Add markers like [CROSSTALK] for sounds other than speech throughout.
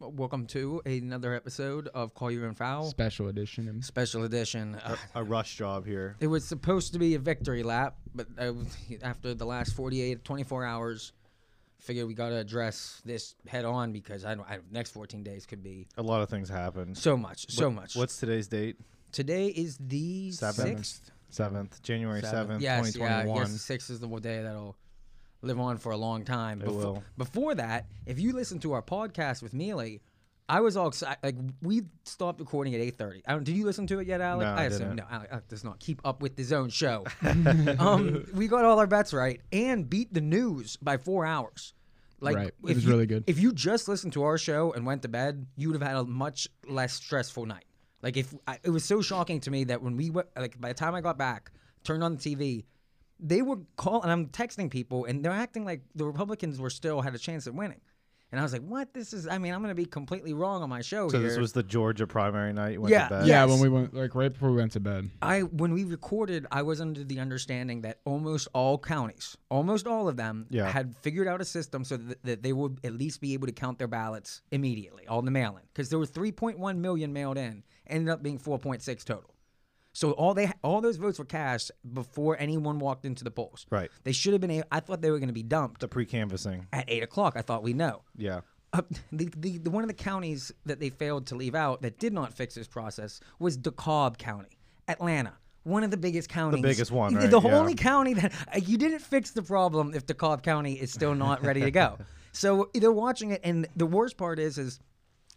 Welcome to another episode of Call You In Foul Special edition. and- Special Edition. Uh, a rush job here. it was supposed to be a victory lap, but I, was- after the last 48, 24 hours, figured we got to address this head on because I, don't- I next 14 days could be A lot of things happen. so much, so much. What's today's date? Today is the Seventh. sixth. Seventh, January Seventh. seventh, Yes, twenty yeah, twenty I guess one. the sixth is the one day that'll live on for a long time. It Befo- will. Before that, if you listen to our podcast with Mealy, I was all excited. Like we stopped recording at eight thirty. I don't. Did you listen to it yet, Alec? No, I assume didn't. no. Alec Alec does not keep up with his own show. [LAUGHS] um, we got all our bets right and beat the news by four hours. Like Right. It if was you- really good. If you just listened to our show and went to bed, you would have had a much less stressful night. Like if I, it was so shocking to me that when we went, like by the time I got back, turned on the TV, they were call and I'm texting people and they're acting like the Republicans were still had a chance at winning. And I was like, "What? This is? I mean, I'm going to be completely wrong on my show So here." this was the Georgia primary night. You went Yeah, to bed. Yeah, Yes. when we went like right before we went to bed. I when we recorded, I was under the understanding that almost all counties, almost all of them, Yeah. had figured out a system so that, that they would at least be able to count their ballots immediately, all the mail in, because there were 3.1 million mailed in, ended up being 4.6 total. So all they all those votes were cast before anyone walked into the polls. Right. They should have been. a- I thought they were going to be dumped The pre canvassing. at eight o'clock. I thought we know. Yeah. Uh, the, the, the one of the counties that they failed to leave out that did not fix this process was DeKalb County, Atlanta. One of the biggest counties. biggest one, The, right? the Yeah. only county that uh, you didn't fix the problem if DeKalb County is still not ready to [LAUGHS] go. So they're watching it, and the worst part is, is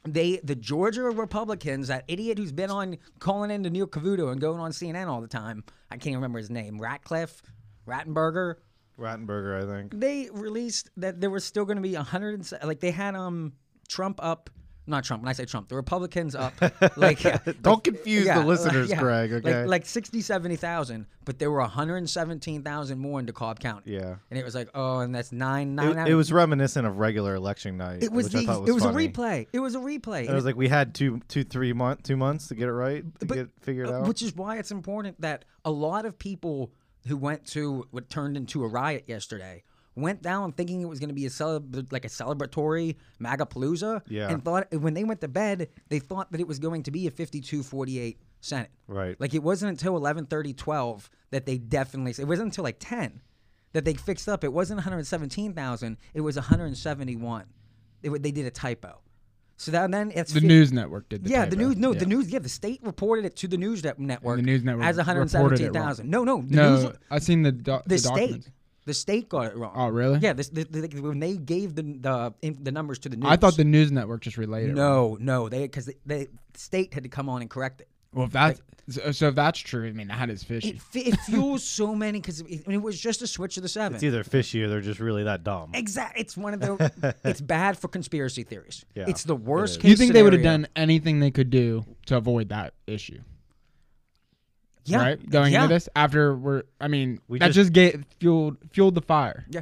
they the Georgia Republicans, that idiot who's been on calling into Neil Cavuto and going on CNN all the time. I can't remember his name, Ratcliffe, Rattenberger Rattenberger, I think. they released that there was still going to be 100 and, se- like they had um Trump up not Trump when I say Trump the Republicans [LAUGHS] up like Don't confuse the listeners, Greg, like- okay? like, 60 70,000 but there were 117,000 more in DeKalb County Yeah. and it was like oh and that's 9 9 out It, of- it was reminiscent of regular election night. it was which I the, thought it was funny. a replay it was a replay And it was like we had two, two, three month, two months to get it right to But- get it figured Uh, out. Which is why it's important that a lot of people who went to what turned into a riot yesterday went down thinking it was going to be a celeb- like a celebratory Magapalooza. Yeah. And thought when they went to bed, they thought that it was going to be a 52-48 Senate. Right. Like it wasn't until 11:30, 12 that they definitely. It wasn't until like 10 that they fixed up. It wasn't 117,000. It was 171. They, w- they did a typo. So that, then it's The fif- news network did. The yeah, the typo. news. No, Yeah. the news. Yeah, the state reported it to the news net- network. the news network as one hundred reported it seventeen wrong. thousand. No, no, the No, news, the, I seen the doc- the, state. documents. The state got it wrong. Oh, really? Yeah, this, the, the, when they gave the the, in, the numbers to the news. I thought the news network just relayed it. no, wrong. no, they because the, the state had to come on and correct it. Well, if that's so, so if that's true, I mean that is fishy. It, fe- it fuels so many because it, I mean, it was just a switch to the seven. it's either fishy or they're just really that dumb. Exact. It's one of [LAUGHS] the. it's bad for conspiracy theories. Yeah, it's the it worst. is. Case Do you think they would have scenario. done anything they could do to avoid that issue? Yeah, Right, going yeah, into this after we're, I mean, We that just- just, gave fueled fueled the fire Yeah.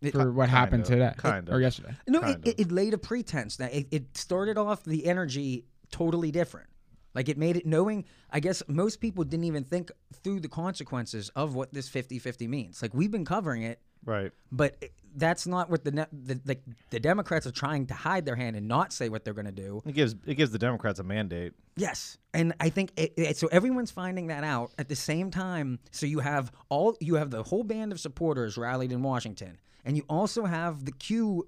It- for what happened of, today kind or of. yesterday. No, it, kind it, it laid a pretense that it, it started off the energy totally different. Like it made it knowing, I guess most people didn't even think through the consequences of what this 50 50 means. Like we've been covering it, Right. but it- that's not what the, ne- the like the Democrats are trying to hide their hand and not say what they're going to do. It gives it gives the Democrats a mandate. Yes, and I think it, it- so. Everyone's finding that out at the same time. So you have all you have the whole band of supporters rallied in Washington, and you also have the Q,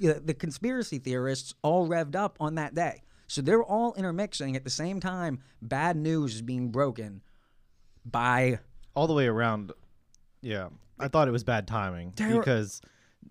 the, the conspiracy theorists all revved up on that day. So they're all intermixing at the same time. Bad news is being broken by all the way around. Yeah, I thought it was bad timing Terror- because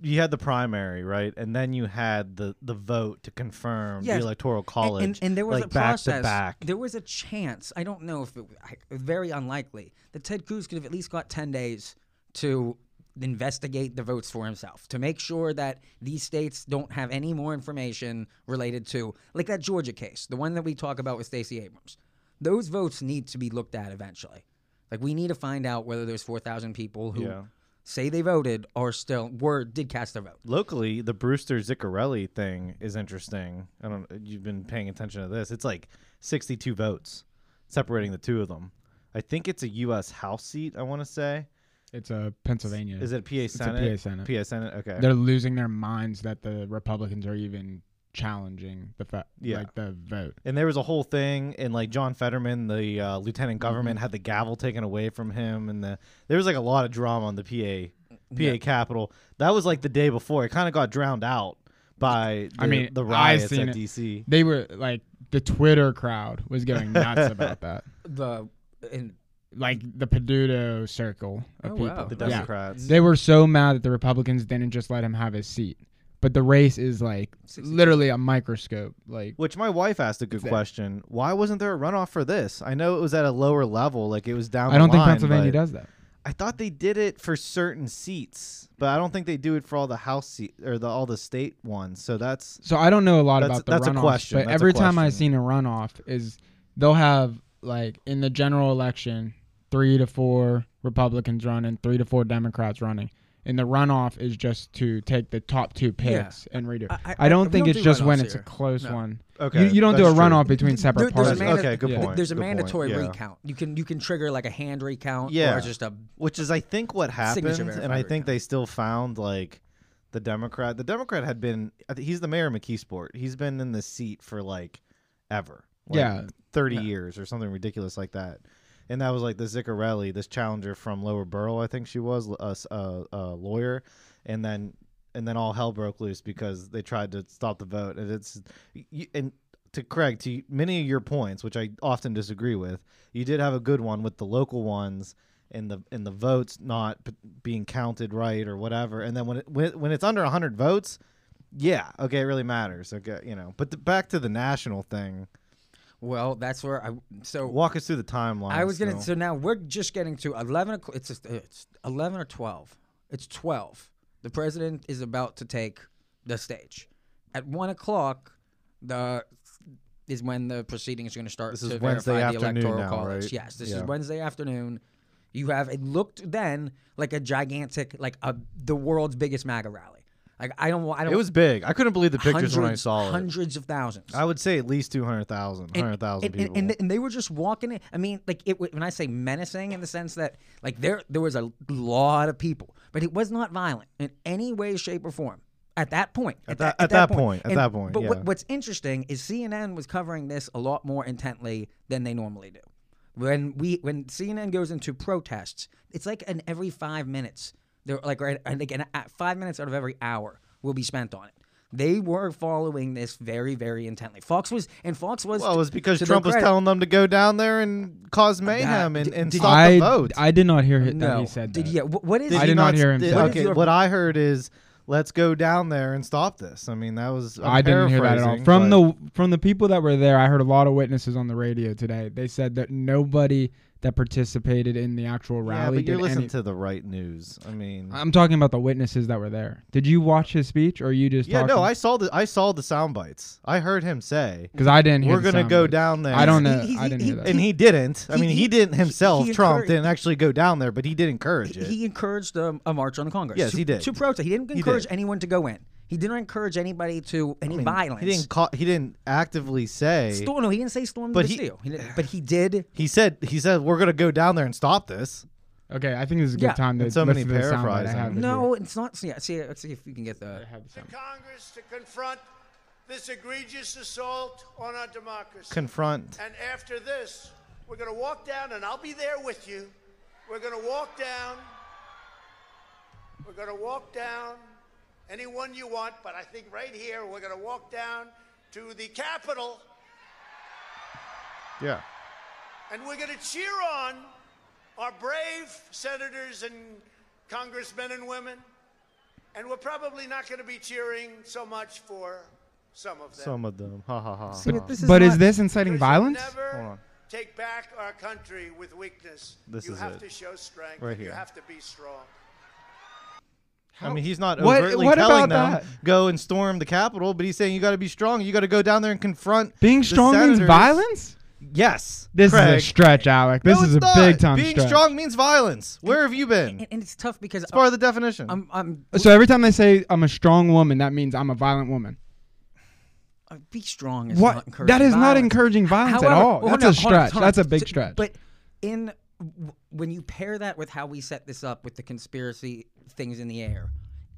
you had the primary right, and then you had the the vote to confirm Yes. the electoral And- college. And, and there was like a back process. to back. There was a chance. I don't know if it I- very unlikely that Ted Cruz could have at least got ten days to investigate the votes for himself to make sure that these states don't have any more information related to like that Georgia case, the one that we talk about with Stacey Abrams. Those votes need to be looked at eventually. Like we need to find out whether those four thousand people who Yeah. say they voted are still were did cast their vote. Locally, the Brewster Ziccarelli thing is interesting. I don't. You've been paying attention to this. It's like sixty-two votes separating the two of them. I think it's a U.S. House seat. I want to say. It's a Pennsylvania. Is it PA Mm. a Senate? PA Senate. PA Senate. Okay. They're losing their minds that the Republicans are even challenging the fa- Yeah. like the vote. And there was a whole thing, and like John Fetterman, the uh, lieutenant Mm-hmm. government, had the gavel taken away from him, and the there was like a lot of drama on the PA, PA Capitol. That was like the day before. It kind of got drowned out by the, I mean, the I riots seen at it. DC. They were like the Twitter crowd was going nuts about [LAUGHS] that. The and Like the Peduto circle of Oh, people. wow. The Yeah. Democrats. They were so mad that the Republicans didn't just let him have his seat. But the race is like 62. literally a microscope. Like Which my wife asked a good Exactly. question. Why wasn't there a runoff for this? I know it was at a lower level, like it was down. I don't the think line, Pennsylvania but does that. I thought they did it for certain seats, but I don't think they do it for all the house seat or the all the state ones. So that's So I don't know a lot That's- about the that's a runoffs, question. but That's a every time I've question. seen a runoff is they'll have like in the general election three to four Republicans running, three to four Democrats running, and the runoff is just to take the top two Yeah. picks and redo. I- I, I- don't we think don't it's do just when runoffs it's a here. close No. one. okay. you, you don't do a that's true. runoff between separate There- parties. there's a manda- Okay, good th- point, There's a good point, mandatory yeah. recount. You can you can trigger like a hand recount Yeah. or just a which is I think what happened, Signature and I verifier, think yeah. they still found like the Democrat. The Democrat had been I think he's the mayor of McKeesport. He's been in the seat for like ever, like, Yeah. thirty Yeah. years or something ridiculous like that. And that was like the Ziccarelli, this challenger from Lower Borough, I think she was a, s- a- a lawyer, and then and then all hell broke loose because they tried to stop the vote. And it's you- and to Craig, to many of your points, which I often disagree with, you did have a good one with the local ones and the and the votes not p- being counted right or whatever. And then when it when, when it's under 100 votes, yeah, okay, it really matters. Okay, you know. But the, back to the national thing. well, that's where I so Walk us through the timeline. I was gonna. still. So now we're just getting to eleven. o'clock- It's, just- it's eleven or twelve. It's twelve. The president is about to take the stage. At one o'clock, the is when the proceedings are going to start. This to is verify Wednesday the afternoon electoral now, college. right? Yes, this Yeah. is Wednesday afternoon. You have it looked then like a gigantic, like a the world's biggest MAGA rally. Like I don't, wa- I don't. It was big. I couldn't believe the pictures hundreds, when I saw it. hundreds of thousands. I would say at least 200,000, And- and, 100,000 and- people. and they- and they were just walking in. I mean, like it. wa- When I say menacing, in the sense that like there there was a lot of people, but it was not violent in any way, shape, or form. At that point, at, that- at that point, at that point, But yeah. what, what's interesting is CNN was covering this a lot more intently than they normally do. When we when CNN goes into protests, it's like an every five minutes. They're like right, I think an, at five minutes out of every hour will be spent on it. They were following this very, very intently. Fox was, and Fox was. well, it was because to their Trump was credit- telling them to go down there and cause mayhem and, did- and did- stop I, the vote. I did not hear it, that No. he said Did that. yeah. wh- what is? I he did not hear him did- say that. okay, Your- what I heard is, let's go down there and stop this. I mean, that was. I'm I didn't hear that at all. paraphrasing, From but- the from the people that were there, I heard a lot of witnesses on the radio today. They said that nobody that participated in the actual Yeah, rally but you're did listening any- to the right news. I mean. I'm talking about the witnesses that were there. Did you watch his speech or you just yeah, talking? no, I saw the I saw the sound bites. I heard him say, because I didn't hear. "We're the gonna sound go bites. down there." I don't know. He- he- I didn't he- hear that. and he didn't. I He- mean, he- he didn't himself. he Trump encouraged- didn't actually go down there, but he did encourage it. he encouraged a, a march on the Congress. Yes, to, he did. To protest, he didn't did. encourage anyone to go in. He didn't encourage anybody to any violence. He didn't. Call, he didn't actively say. Storm, no, he didn't say storm But the he- Bastille. He didn't- but he did. he said. He said we're gonna go down there and stop this. okay, I think this is a good Yeah. time to And so listen many to the sound bite I paraphrasing. have it here. No, it's not. See, see, let's see if we can get the. I have the sound. to Congress to confront this egregious assault on our democracy. Confront. and after this, we're going to walk down, and I'll be there with you. We're going to walk down. We're going to walk down anyone you want, but I think right here, we're going to walk down to the Capitol, Yeah. and we're going to cheer on our brave senators and congressmen and women. And we're probably not going to be cheering so much for some of them. Some of them. Ha ha ha. But this is But is not- this inciting Because violence? You never Hold on. take back our country with weakness. This you is have it. to show strength. Right You here. have to be strong. I mean, he's not What- overtly what telling about them that? go and storm the Capitol, but he's saying you got to be strong. You got to go down there and confront. Being the strong means senators." violence. Yes. This Craig. is a stretch, Alec. This No, is a it's not. big time Being stretch. strong means violence. Where have you been? And, It's and it's tough because part of the definition. I'm, I'm, So every time they say I'm a strong woman, that means I'm a violent woman. uh, be strong. Is What? Not encouraging That is not violence. encouraging violence at However- all. well, That's no, a hold on, stretch. hold on. That's a big So- stretch. But in w- when you pair that with how we set this up with the conspiracy things in the air,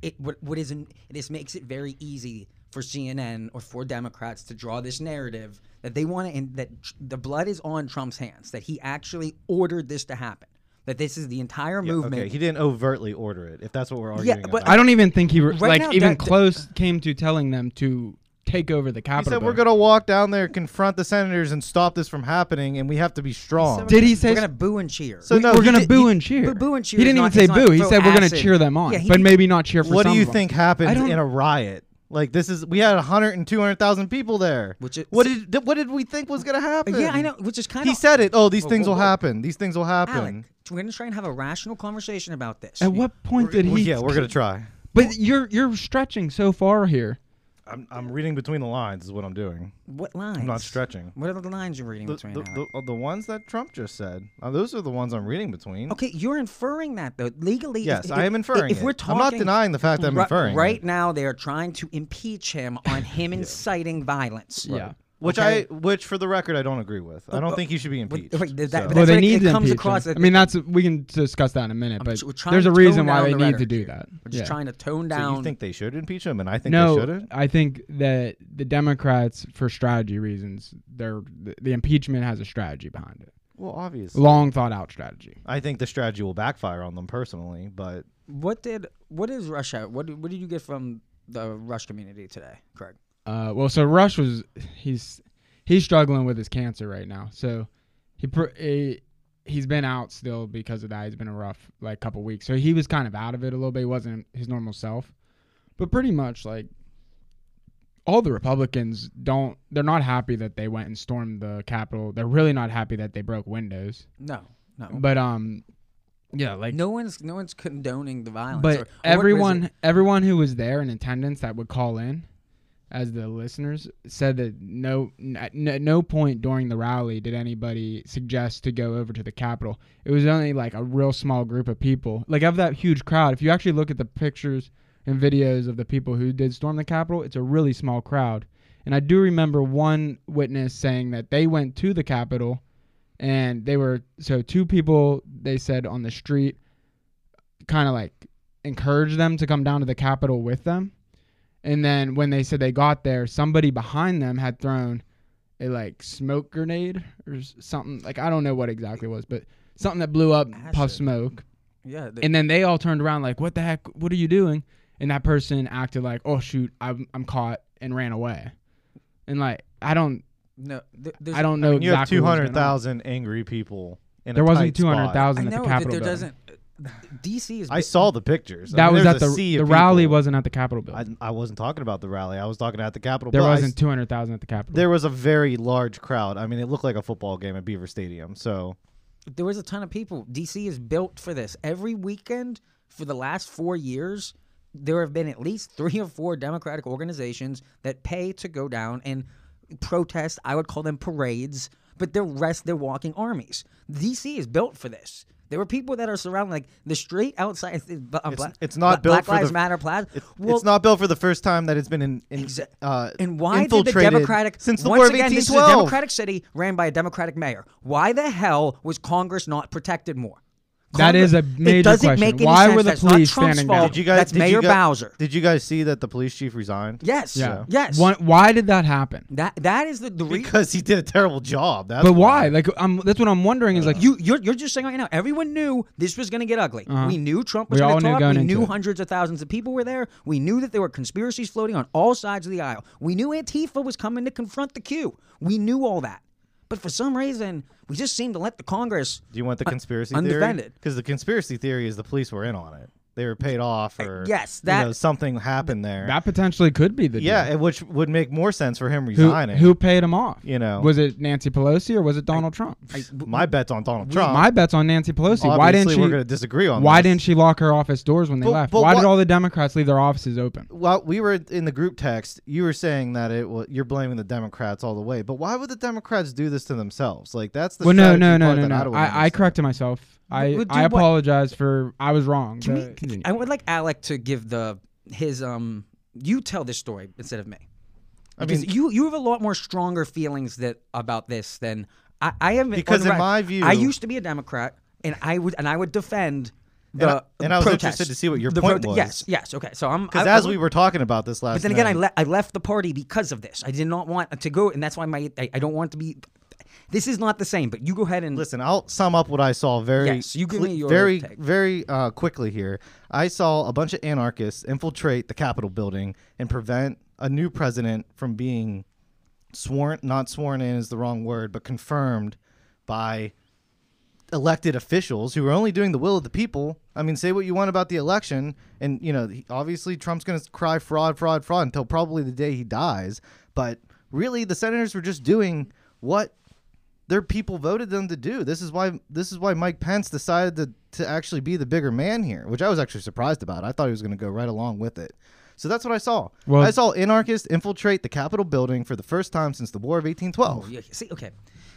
it what, what is in, this makes it very easy for CNN or for Democrats to draw this narrative that they want to, that tr- the blood is on Trump's hands, that he actually ordered this to happen, that this is the entire movement. Okay, he didn't overtly order it. If that's what we're Yeah, arguing but about. I don't even think he re- Right like now, even that- close came to telling them to take over the He Capitol. said we're building. gonna walk down there, confront the senators, and stop this from happening, and we have to be strong. Did he say we're gonna boo and cheer? So we, no, are he gonna did- boo he- and cheer. but boo and cheer He is didn't not- even say it's not boo. He throw said we're gonna acid. cheer them on, Yeah, he but did- maybe not cheer for what do some you of them. think happened I don't- in a riot? Like this is we had 100 and 200,000 people there. Which is- what did th- what did we think was gonna happen? yeah, I know, which is kind He of said it. Oh, these things whoa, will whoa. happen. These things will happen. Alec. We're gonna try and have a rational conversation about this. At what point did Well, he? yeah, we're gonna try. But you're you're stretching so far here. I'm, I'm reading between the lines is what I'm doing. What lines? I'm not stretching. What are the lines you're reading The, between? the, uh, Alec? the, the ones that Trump just said. Uh, those are the ones I'm reading between. Okay, you're inferring that though. Legally, if- Yes, if, I am inferring. If we're it. talking, I'm not denying the fact that I'm Ri- inferring. it. Right now, they are trying to impeach [LAUGHS] him on him inciting violence. Yeah. Which Okay. I, which for the record, I don't agree with. I don't think he should be impeached. wait, th- that- so- Well, Well, That's they what it- need it to comes impeach across him. that- I mean, that's we can discuss that in a minute, but tr- we're trying there's a to reason tone why down they the need to rhetoric do here. that. We're just Yeah. trying to tone so down. you think they should impeach him, and I think they no, shouldn't. I think that the Democrats, for strategy reasons, they're, the, the impeachment has a strategy behind it, Well, obviously, long thought out strategy. I think the strategy will backfire on them personally, but what did what is Rush out? What did- what did you get from the Rush community today, Craig? Uh, well, so Rush was he's he's struggling with his cancer right now, so he pr- he he's been out still because of that. He's been a rough like couple weeks, so he was kind of out of it a little bit. He wasn't his normal self, but pretty much like all the Republicans don't they're not happy that they went and stormed the Capitol. They're really not happy that they broke windows, No, no, but um, yeah, like no one's no one's condoning the violence. or- or but what- what is everyone, it? everyone who was there in attendance that would call in, as the listeners said that no, n- at no, no point during the rally did anybody suggest to go over to the Capitol. It was only like a real small group of people. Like of that huge crowd, if you actually look at the pictures and videos of the people who did storm the Capitol, it's a really small crowd. And I do remember one witness saying that they went to the Capitol and they were so two people they said on the street kind of like encouraged them to come down to the Capitol with them. And then when they said they got there, somebody behind them had thrown a like smoke grenade or s- something. Like I don't know what exactly it was, but something that blew up, puff Acid. smoke. yeah, the, And then they all turned around like, "What the heck? What are you doing?" And that person acted like, "Oh shoot, I'm I'm caught," and ran away. And like I don't no, th- there's, I don't know you have exactly. two what was going hundred on. thousand angry people. In There a wasn't tight two spot. hundred I thousand at know the that Capitol there building. doesn't. DC is I saw the pictures. I that mean, was there at the a sea the of rally people. wasn't at the Capitol building. I, I wasn't talking about the rally. I was talking at the Capitol. There but I s- wasn't two hundred thousand at the Capitol. There was a very large crowd. I mean, it looked like a football game at Beaver Stadium. So there was a ton of people. DC is built for this. Every weekend for the last four years, there have been at least three or four Democratic organizations that pay to go down and protest. I would call them parades, but they're rest they're walking armies. DC is built for this. There were people that are surrounding like the street outside. uh, Bla- it's Bla- not built Black for Lives the- Matter Plaza. it, Well, it's not built for the first time that it's been in, in Exa- uh, and why did the infiltrated Democratic since the once War of again this is a 1812. Democratic city ran by a Democratic mayor? Why the hell was Congress not protected more? That Congre- is a major it doesn't question. Make any Why sense. were the That's not police Trump's standing fault. down? Did you guys? That's did you Mayor gu- Bowser. Did you guys see that the police chief resigned? yes. Yeah. Yes. Why, why did that happen? that that is the the reason. because he did a terrible job. That's But why? Like, I'm, that's what I'm wondering. Is like you. You you're, you're just saying right now. Everyone knew this was going to get ugly. We knew Trump was Uh-huh. We going to talk. all knew going we into knew it. hundreds of thousands of people were there. We knew that there were conspiracies floating on all sides of the aisle. We knew Antifa was coming to confront the Q. We knew all that. But for some reason, we just seem to let the Congress. Do you want the conspiracy theory? undefended. Because the conspiracy thery is the police were in on it. They were paid off, or yes, you that- know, something happened there. That potentially could be the deal. Uh. yeah, and which would make more sense for him Who, resigning. who paid him off? You know. was it Nancy Pelosi or was it Donald Trump? My bet's on Donald Trump. My bet's on Nancy Pelosi. Obviously, why didn't she? we're going to disagree on why this. didn't she lock her office doors when they But- left? but why did what- all the Democrats leave their offices open? Well, we were in the group text. You were saying that it was you're blaming the Democrats all the way, but why would the Democrats do this to themselves? Like that's the Well, no, strategy no, no, part no, that I, no. don't I, I understand. corrected myself. I, But- but I do what? apologize for I was wrong. Can But we, continue. I would like Alec to give the his um. You tell this story instead of me. I Because mean, you you have a lot more stronger feelings that about this than I, I have. been- Because on the in right- my view- I used to be a Democrat, and I would and I would defend the I- and I was protest. interested to see what your The point was. Yes, yes. Okay, so I'm Because I- as I- we were talking about this last, But then again, I, night- le- I left the party because of this. I did not want to go, and that's why my I, I don't want to be. This is not the same. But you go ahead and Listen, I'll sum up what I saw very Mm. Yes, you give me your very take. very uh, quickly here. I saw a bunch of anarchists infiltrate the Capitol building and prevent a new president from being sworn not sworn in is the wrong word, but confirmed by elected officials who are only doing the will of the people. I mean, say what you want about the election, and you know, he- obviously Trump's going to cry fraud, fraud, fraud until probably the day he dies. But really, the senators were just doing what their people voted them to do. This is why this is why Mike Pence decided to to actually be the bigger man here, which I was actually surprised about. I thought he was going to go right along with it. So that's what I saw. Well- I saw anarchists infiltrate the Capitol building for the first time since the War of 1812. Oh, Yeah, See, okay,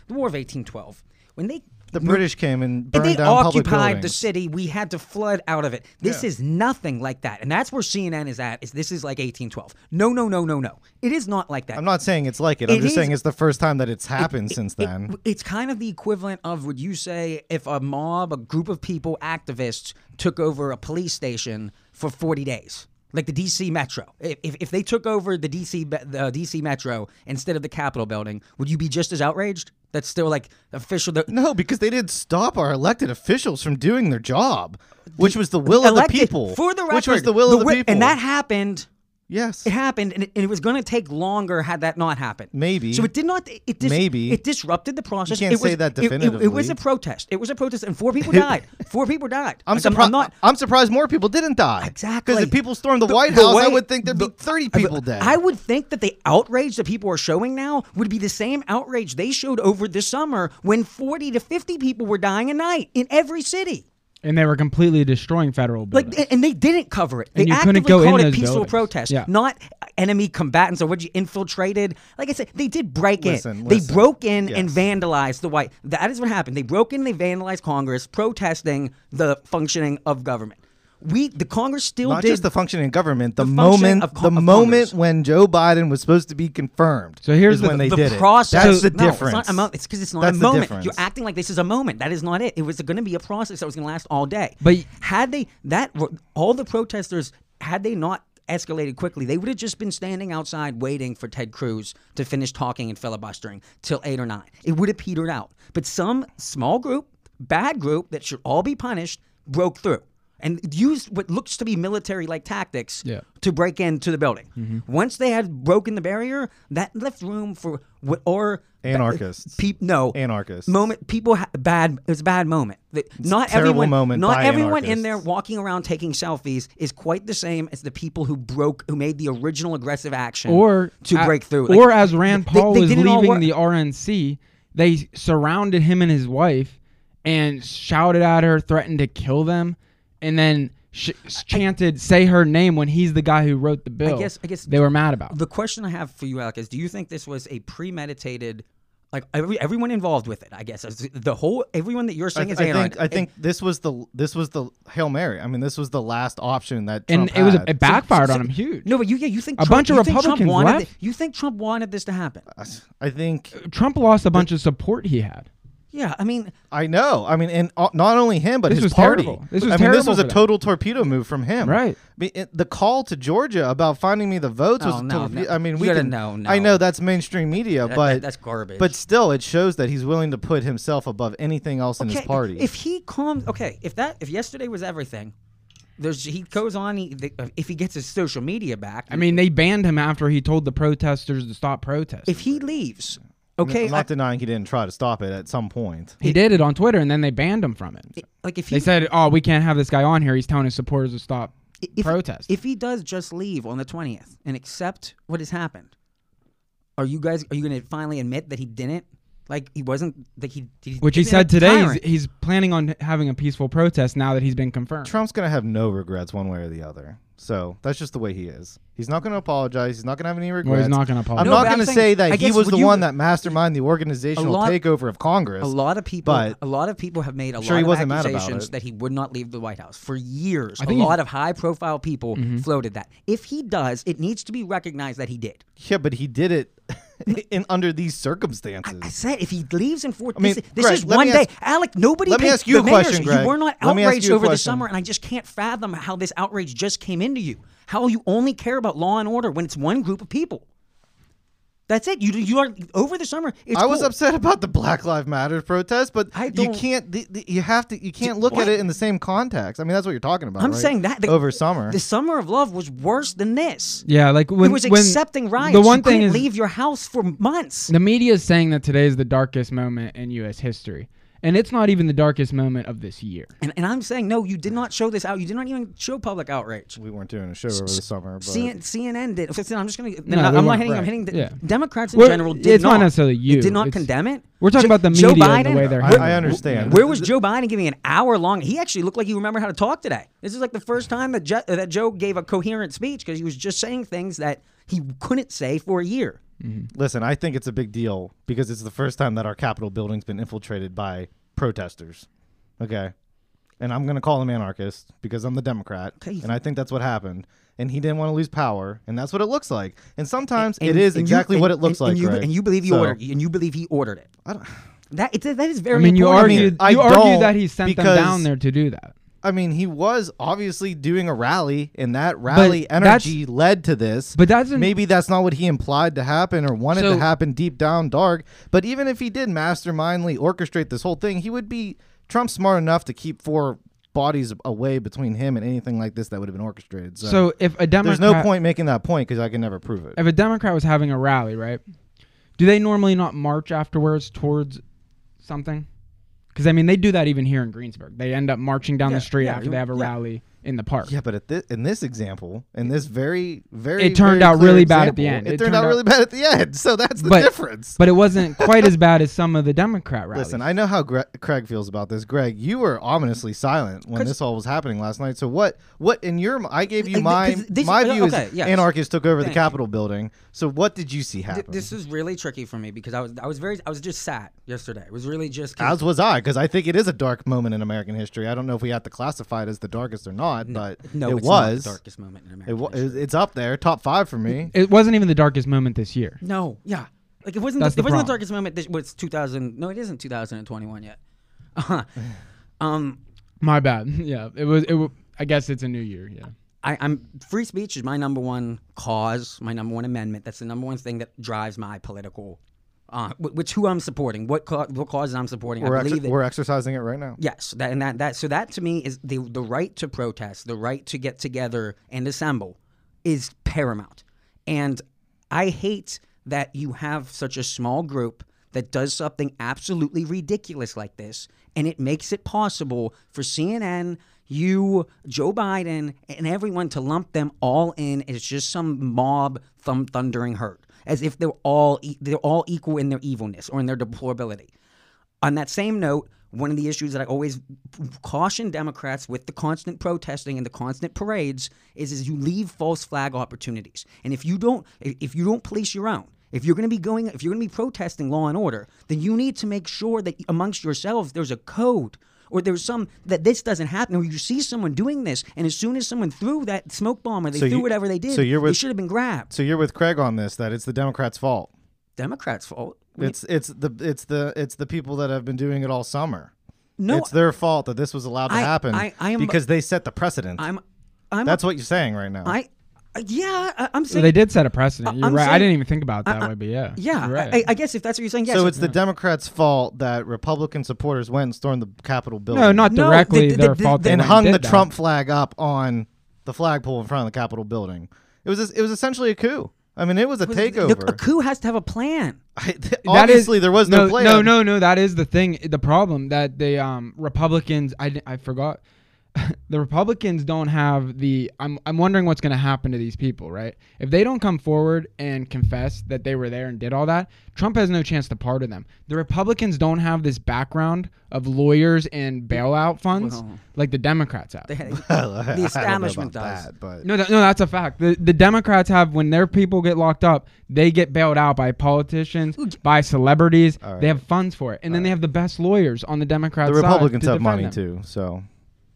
the War of 1812. When they The British came and and burned they down public occupied the buildings. city, we had to flood out of it. This is nothing like that, and that's where CNN is at. Is this is like 1812? No, no, no, no, no. It is not like that. I'm not saying it's like it. It I'm just is- saying it's the first time that it's happened since It- then. it's kind of the equivalent of would you say if a mob, a group of people, activists took over a police station for 40 days, like the DC Metro. If, if, if they took over the DC be- the DC Metro instead of the Capitol building, would you be just as outraged? That's still like official. The, no, because they didn't stop our elected officials from doing their job, which was the will of the elected- people. for the record, which was the will of the wi- people, and that happened. yes, It happened, and it, and it was going to take longer had that not happened. Maybe. So it did not. It dis- Maybe. it disrupted the process. can't it was, say it- that it- It, was definitively. a protest. It was a protest, and four people [LAUGHS] died. four people died. I'm Like, surprised. I'm not. surprised more people didn't die. Exactly. Because if people stormed the, The- White the House, I way- would think there'd the- be 30 people dead. I would think that the outrage that people are showing now would be the same outrage they showed over the summer when 40 to 50 people were dying a night in every city. and they were completely destroying federal buildings. Like, and- and they didn't cover it. They And you couldn't actively go in called it those peaceful buildings. protest, Yeah. not enemy combatants or what you infiltrated. Like I said, they did break Listen, in. They listen. broke in and Yes. vandalized the white. That is what happened. They broke in. and They vandalized Congress, protesting the functioning of government. We, the Congress, still Not did. just the functioning government. The, functioning moment, of co- the of Congress. moment when Joe Biden was supposed to be confirmed. So here's is the- when they the did process. it. That's the no, difference. It's not a moment. It's because it's not That's a the moment. difference. You're acting like this is a moment. That is not it. It was going to be a process that was going to last all day. But- had they that all the protesters had they not escalated quickly, they would have just been standing outside waiting for Ted Cruz to finish talking and filibustering till eight or nine. It would have petered out. But some small group, bad group that should all be punished, broke through. And used what looks to be military-like tactics Yeah. to break into the building. Mm-hmm. Once they had broken the barrier, that left room for what or Anarchists. Pe- no Anarchists. moment. People ha- bad. It was a bad moment. That- not terrible everyone. moment not by everyone in anarchists. there walking around taking selfies is quite the same as the people who broke who made the original aggressive action or to a- break through. Or Like, as Rand they- Paul they was did it all leaving wor- the RNC, they surrounded him and his wife and shouted at her, threatened to kill them, and then sh- chanted, "Say her name" when he's the guy who wrote the bill. guess- I guess- they were mad about. the question I have for you, Alec, is: Do you think this was a premeditated? Like every, everyone involved with it, I guess. is The whole everyone that you're I, saying is I anarch- think, I think this was the this was the hail mary. I mean, this was the last option that and Trump it was had. it backfired on him huge. No, but you yeah, you think A Trump- bunch of you think Trump Republicans wanted left? thi- you think Trump wanted this to happen? Uh, I think Trump lost a bunch of support he had. Yeah, I mean, I know. I mean, and uh, not only him, but This his was party. terrible. This was I mean, this terrible was for a them. total torpedo move from him. Right. I mean, it- the call to Georgia about finding me the votes was. Oh, a no, torpe- no. I mean, we You gotta can. know, no. I know that's mainstream media, that- but that's garbage. But still, it shows that he's willing to put himself above anything else in his okay, party. If he comes, okay, if that if yesterday was everything, there's he goes on. He, the, uh, if he gets his social media back, I mean, they banned him after he told the protesters to stop protesting. if he leaves, I'm okay, not I- denying he didn't try to stop it at some point. he did it on Twitter, and then they banned him from it. like if he They said, "Oh, we can't have this guy on here. He's telling his supporters to stop if, protesting." if he does just leave on the twentieth and accept what has happened, are you guys are you going to finally admit that he didn't? Like he wasn't like he. he Which he isn't a said today, he's, tyrant. he's planning on having a peaceful protest now that he's been confirmed. Trump's going to have no regrets one way or the other. So that's just the way he is. He's not going to apologize. He's not going to have any regrets. not gonna apologize. I'm No, not but I'm going to saying- say I that he guess was would the you- one that masterminded the organizational lot- takeover of Congress. A lot of people, But- a lot of people have made a sure lot he of wasn't mad about accusations it. that he would not leave the White House for years. A think he's- lot of Mm-hmm. high-profile people floated that. If he does, it needs to be recognized that he did. Yeah, but he did it [LAUGHS] in under these I circumstances. said if he leaves in four, I mean, this, this Greg, is let one me day. ask- Alec, nobody. let me paid- ask you a the mayors, question, Greg. You were not Let me ask outraged you a over the question. summer, and I just can't fathom how this outrage just came into you. How you only care about law and order when it's one group of people. That's it. You you are over the summer. It's I was cool. upset about the Black Lives Matter protest, but I you don't- can't. The, the- you have to. You can't look what? at it in the same context. I mean, that's what you're talking about. I'm right? saying that the, over summer. the summer of love was worse than this. Yeah, like when it was when accepting riots. The one you thing couldn't is leave your house for months. the media is saying that today is the darkest moment in U.S. history, and it's not even the darkest moment of this year. And, and I'm saying no. You did not show this out. You did not even show public outrage. we weren't doing a show over the summer. But CN, CNN did. so I'm just going to. they I'm not weren't, hitting. I'm right. hitting. The, Yeah. Democrats in Well, general did it's not. not necessarily you. They did not It's- condemn it. We're talking Jo- about the Joe media Biden, and the way they're. I- handling I it. [LAUGHS] understand. Where was Joe Biden giving an hour long? He actually looked like he remembered how to talk today. This is like the first time that Je- that Joe gave a coherent speech because he was just saying things that he couldn't say for a year. Listen, I think it's a big deal because it's the first time that our Capitol building's been infiltrated by protesters. Okay. And I'm going to call him anarchist because I'm the Democrat. Okay. And I think that's what happened. And he didn't want to lose power. And that's what it looks like. And sometimes And- it is and you- exactly and- what it and- looks like. and you, Greg. and you believe he So, ordered, and you believe he ordered it. I, don't, That it, that is very. I mean, you important. argued I you don't argued that he sent them because- down there to do that. I mean, he was obviously doing a rally, and that rally energy led to this. But that's an- maybe that's not what he implied to happen or wanted to So- happen deep down dark. But even if he did mastermindly orchestrate this whole thing, he would be Trump smart enough to keep four bodies away between him and anything like this that would have been orchestrated. So, So if a Democrat, there's no point making that point because I can never prove it. If a Democrat was having a rally, right? Do they normally not march afterwards towards something? Because I mean, they do that even here in Greensburg. They end up marching down Yeah, the street yeah, after you- they have a yeah. rally in the park. Yeah, but at this, in this example, in this very, very, It turned very out clear really bad at the example, end. It, It turned, turned out out- really bad at the end. [LAUGHS] So that's the But- difference. But it wasn't quite as bad as some of the Democrat rallies. Listen, I know how Gre- Craig feels about this. Greg, you were ominously silent when 'Cause- this all was happening last night. So what? What in your? I gave Uh, you 'cause my this- my uh, view okay, is yes. anarchists took over Thank the you. Capitol building. So what did you see happen? Th- this is really tricky for me because I was I was very I was just sad yesterday. It was really just as was I, because I think it is a dark moment in American history. I don't know if we have to classify it as the darkest or not, but no, it it's not was. the darkest moment in America. it wa- it's up there, top five for me. it wasn't even the darkest moment this year. No, yeah, like it wasn't. The, That's the it wasn't the problem. darkest moment. This was 2000. No, it isn't 2021 yet. Uh-huh. um, My bad. [LAUGHS] yeah, it was. It. wa- I guess it's a new year. Yeah. I, I'm free speech is my number one cause, my number one amendment. That's the number one thing that drives my political, uh, wh- which who I'm supporting, what ca- what causes I'm supporting. [LAUGHS] We're, I ex- believe it. we're exercising it right now. Yes, that and that that so that to me is the the right to protest, the right to get together and assemble is paramount. And I hate that you have such a small group that does something absolutely ridiculous like this and it makes it possible for CNN, you, Joe Biden and everyone to lump them all in as just some mob thumb thundering herd as if they're all e- they're all equal in their evilness or in their deplorability. On that same note, one of the issues that I always caution Democrats with the constant protesting and the constant parades is is you leave false flag opportunities. And if you don't if if you don't police your own, if you're going to be going if you're going to be protesting law and order, then you need to make sure that amongst yourselves there's a code or there's some that this doesn't happen or you see someone doing this and as soon as someone threw that smoke bomb or they So threw you- whatever they did, so you're they with- should have been grabbed. So you're with Craig on this that it's the Democrats' fault. Democrats fault. It's it's the it's the it's the people that have been doing it all summer. No, it's their fault that this was allowed to I- happen I- I am- because they set the precedent. I'm I'm That's what you're saying right now. I yeah, I, I'm So saying they did set a precedent. You're I'm right. I saying- didn't even think about it that way, but yeah. Yeah, You're right. I, I guess if that's what you're saying, yes. so it's the Democrats' fault that Republican supporters went and stormed the Capitol building. no, not No, the- directly the- their the- fault. they and went hung did the that. Trump flag up on the flagpole in front of the Capitol building. It was it was essentially a coup. I mean, it was a the, takeover. a coup has to have a plan. [LAUGHS] I- That is- Obviously, there was no, plan. No, [LAUGHS] no, no. That is the thing. The problem that the um, Republicans. I, di- I forgot. [LAUGHS] the Republicans don't have the. I'm I'm wondering what's going to happen to these people, right? If they don't come forward and confess that they were there and did all that, Trump has no chance to pardon them. The Republicans don't have this background of lawyers and bailout funds Well- like the Democrats have. the establishment does. That, but No, that, no, that's a fact. The the Democrats have when their people get locked up, they get bailed out by politicians, by celebrities. They have funds for it, and then they have the best lawyers on the Democrats. the Republicans side to have defend money them. too. So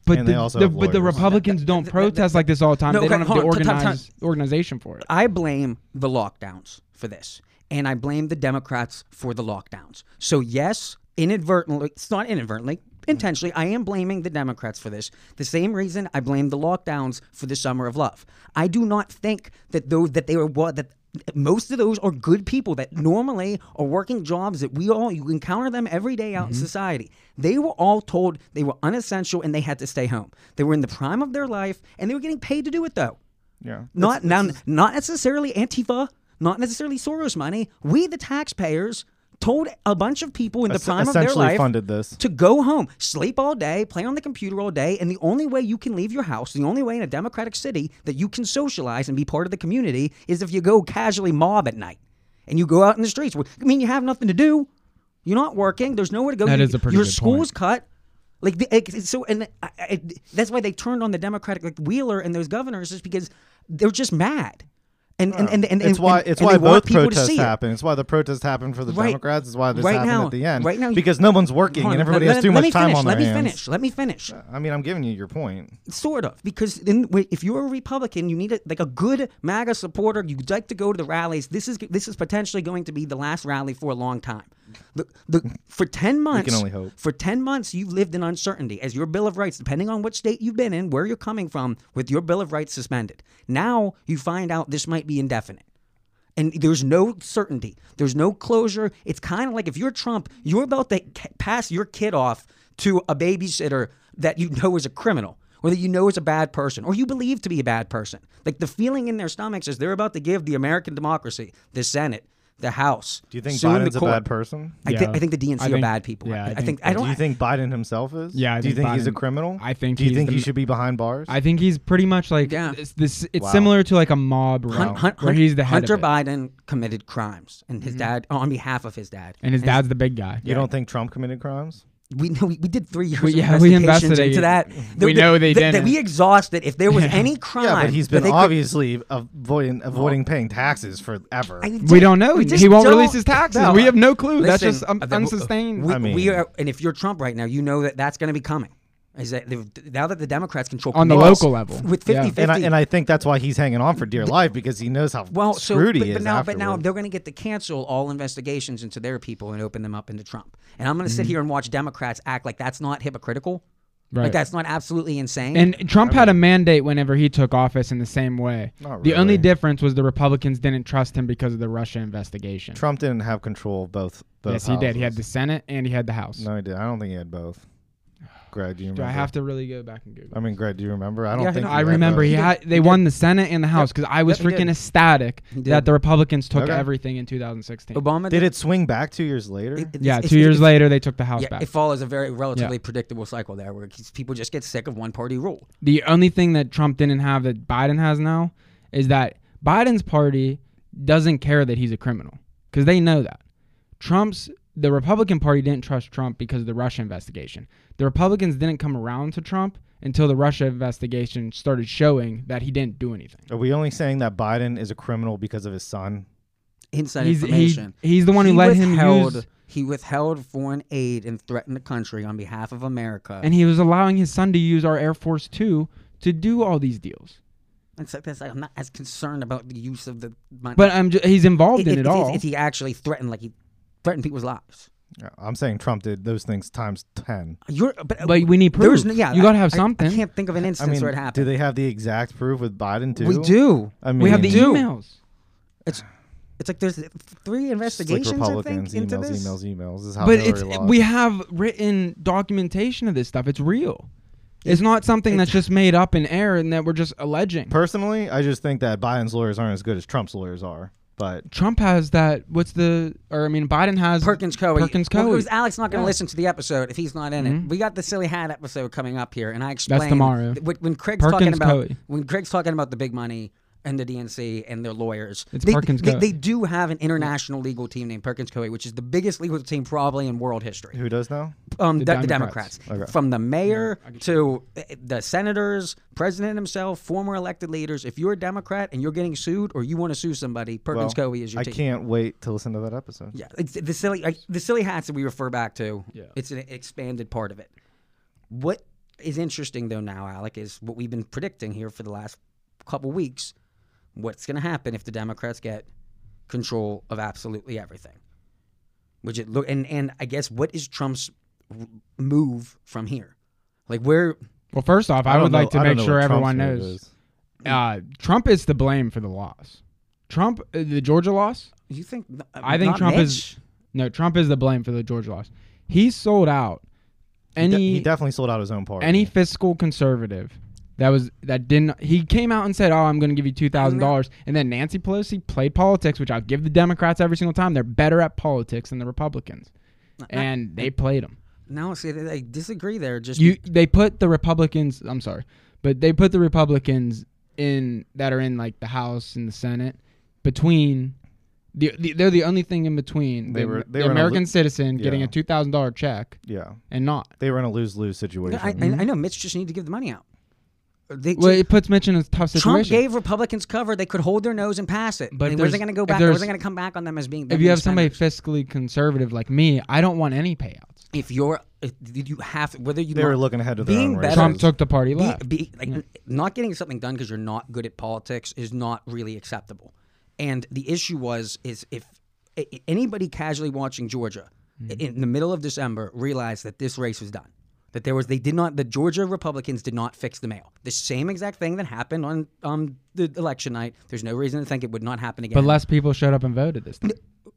But And the, they also the- have but the lawyers. Republicans don't protest like this all the time. No, they okay, don't have the hold on, t- t- organized organization for it. I blame the lockdowns for this. and I blame the Democrats for the lockdowns. So, yes, inadvertently, it's not inadvertently, intentionally, I am blaming the Democrats for this. The same reason I blame the lockdowns for the summer of love. I do not think that though that they were what that most of those are good people that normally are working jobs that we all you encounter them every day out in society. They were all told they were unessential and they had to stay home. They were in the prime of their life and they were getting paid to do it though. Yeah. Not now, not necessarily Antifa, not necessarily Soros money. We the taxpayers told a bunch of people in the Es- prime of their essentially life funded this. to go home, sleep all day, play on the computer all day, and the only way you can leave your house, the only way in a democratic city that you can socialize and be part of the community is if you go casually mob at night and you go out in the streets. I mean, you have nothing to do. You're not working. There's nowhere to go. That You- is a pretty Your good school's cut. Like the, it- it's so, and I, I, that's why they turned on the Democratic, like Wheeler and those governors, is because they're just mad. And and and, and it's and- why it's and why they want both people to protests see it. happen. It's why the protests happen for the Right. Democrats. It's why this Right happened now- at the end. right now you- because no one's working Hold on, and everybody let- has too let me much time finish, on their Let me hands. finish. Let me finish. I mean, I'm giving you your point. Sort of, because then wh- if you're a Republican, you need a, like a good MAGA supporter. You'd like to go to the rallies. This is this is potentially going to be the last rally for a long time. The, the, for ten months, only hope. For ten months, you've lived in uncertainty as your Bill of Rights, depending on what state you've been in, where you're coming from, with your Bill of Rights suspended. Now you find out this might be indefinite and there's no certainty. There's no closure. It's kind of like if you're Trump, you're about to ca- pass your kid off to a babysitter that you know is a criminal or that you know is a bad person or you believe to be a bad person. Like the feeling in their stomachs is they're about to give the American democracy, the Senate, the House. Do you think soon Biden's the a court. bad person? I, thi- Yeah. I think the DNC I are think- bad people. yeah, I I, I think- think I don't. Do you think Biden himself is? Yeah, I Do you think think he's a Biden- criminal? I think Do you he's think the- he should be behind bars? I think he's pretty much like Yeah. this. this it's Wow. similar to like a mob row, Hun- Hun- oh, where he's the head Hunter of it, Mm-hmm. Biden committed crimes, and his dad oh, on behalf of his dad. and his dad's the big guy. you don't think Trump committed crimes? We know we, we did three years. We- of yeah, we investigations investigated. into that. We know they that- that didn't. we exhausted. If there was any crime, Yeah, but he's that been they could- obviously avoiding avoiding paying taxes forever. I mean, We don't know. we He- just he won't don't release his taxes. know. We have no clue. That's Listen, just un- uh, the- unsustained. We, I mean- we are, and if you're Trump right now, you know that that's going to be coming. Is that the, now that the Democrats control On the committees local level. with 50 Yeah. 50 and I and I think that's why he's hanging on for dear life because he knows how well, so screwed but, he but is now, afterward. but now they're going to get to cancel all investigations into their people and open them up into Trump. And I'm going Mm-hmm. to sit here and watch Democrats act like that's not hypocritical, like Right. that's not absolutely insane. And Trump had a mandate whenever he took office in the same way. Not The only really. difference was the Republicans didn't trust him because of the Russia investigation. Trump didn't have control of both. both yes, he did. He had houses. the Senate and he had the House. No, he did. I don't think he had both. Greg, do [SIGHS] you Do remember? I have to really go back and Google? I mean, Greg, do you remember? I don't Yeah, think no, he I had remember both. he did. had they He won the Senate and the House because I was Yep, he freaking did. ecstatic that did. the Republicans took Okay. everything in 2016. Obama Did it swing back two years later? yeah, two years later. later they took the House Yeah, back. it follows a very relatively predictable cycle there, where it's- people just get sick of one party rule. the only thing that Trump didn't have that Biden has now is that Biden's party doesn't care that he's a criminal because they know that. Trump's the Republican Party didn't trust Trump because of the Russia investigation. The Republicans didn't come around to Trump until the Russia investigation started showing that he didn't do anything. Are we only saying that Biden is a criminal because of his son? Inside He's, he, information. he's the one who He let him withheld- use, He withheld foreign aid and threatened the country on behalf of America. and he was allowing his son to use our Air Force Two to do all these deals. it's like, that's like, I'm not as concerned about the use of the money. But I'm ju- he's involved if, in if- it if- all. if he actually threatened, like he threatened people's lives. Yeah, Uh, I'm saying Trump did those things times ten. You're, but, uh, But we need there's no- proof. yeah, You gotta I- have I- something. I can't think of an I instance mean, where it do happened. they have the exact proof with Biden too? we do. I mean, we have the mean- Do. emails. It's it's like there's three it's like investigations Republicans I think, into emails, this. emails, emails. Is how but Hillary it's lost. we have written documentation of this stuff. It's real. It's not something that's just made up in air and that we're just alleging. Personally, I just think that Biden's lawyers aren't as good as Trump's lawyers are. But Trump has that. What's the? Or I mean, Biden has Perkins Coie. Perkins Well, Coie. Mm-hmm. because Alex not going to listen to the episode if he's not in it. We got the silly hat episode coming up here, and I explained tomorrow. that When, when Craig's talking Perkins about Coie. when Craig's talking about the big money and the DNC and their lawyers, It's they, Perkins they, Coie. they do have an international legal team named Perkins Coie, which is the biggest legal team probably in world history who does now? um, The the, the Democrats, Democrats. Okay. from the mayor to uh, the senators, president himself, former elected leaders. If you're a Democrat and you're getting sued, or you want to sue somebody, Perkins Well, Coie is your I team. can't wait to listen to that episode. Yeah, it's the silly like, the silly hats that we refer back to. Yeah. it's an expanded part of it. What is interesting though now, Alec, is what we've been predicting here for the last couple weeks. What's going to happen if the Democrats get control of absolutely everything. Which it look and and I guess what is Trump's r- move from here? Like where Well, first off, I, don't would know- like to I don't make know sure what Trump's everyone move knows is. uh, Trump is to blame for the loss. Trump, uh, the Georgia loss. you think? uh, I think not Trump Mitch? is no. Trump is the blame for the Georgia loss. He sold out He de- any he definitely sold out his own party. any fiscal conservative that was that didn't. He came out and said, "Oh, I'm going to give you two thousand dollars," and then Nancy Pelosi played politics, which I'll give the Democrats every single time. They're better at politics than the Republicans, and they played them. No, see, I I disagree there. Just You they put the Republicans. I'm sorry, but they put the Republicans in that are in like the House and the Senate between. The, the, they're the only thing in between. They the, were- they the were in a American lo- citizen getting Yeah. a two thousand dollar check yeah, and not. they were in a lose lose No, situation. I, I, I know Mitch just need to give the money out. They, Well, it puts Mitch in a tough situation. Trump gave Republicans cover; they could hold their nose and pass it. But But if it wasn't there's- going to go if back. It there's- wasn't going to come back on them as being. if you have somebody fiscally conservative like me, I don't want any payouts. if you're, if you have whether you they were want- looking ahead to their being own better- races. Trump took the party be- left. be- like, n- not getting something done because you're not good at politics is not really acceptable. And the issue was is if a- a- anybody casually watching Georgia Mm-hmm. i- in the middle of December realized that this race was done, that there was they did not the Georgia Republicans did not fix the mail. The same exact thing that happened on um, the election night. There's no reason to think it would not happen again. but less people showed up and voted this time.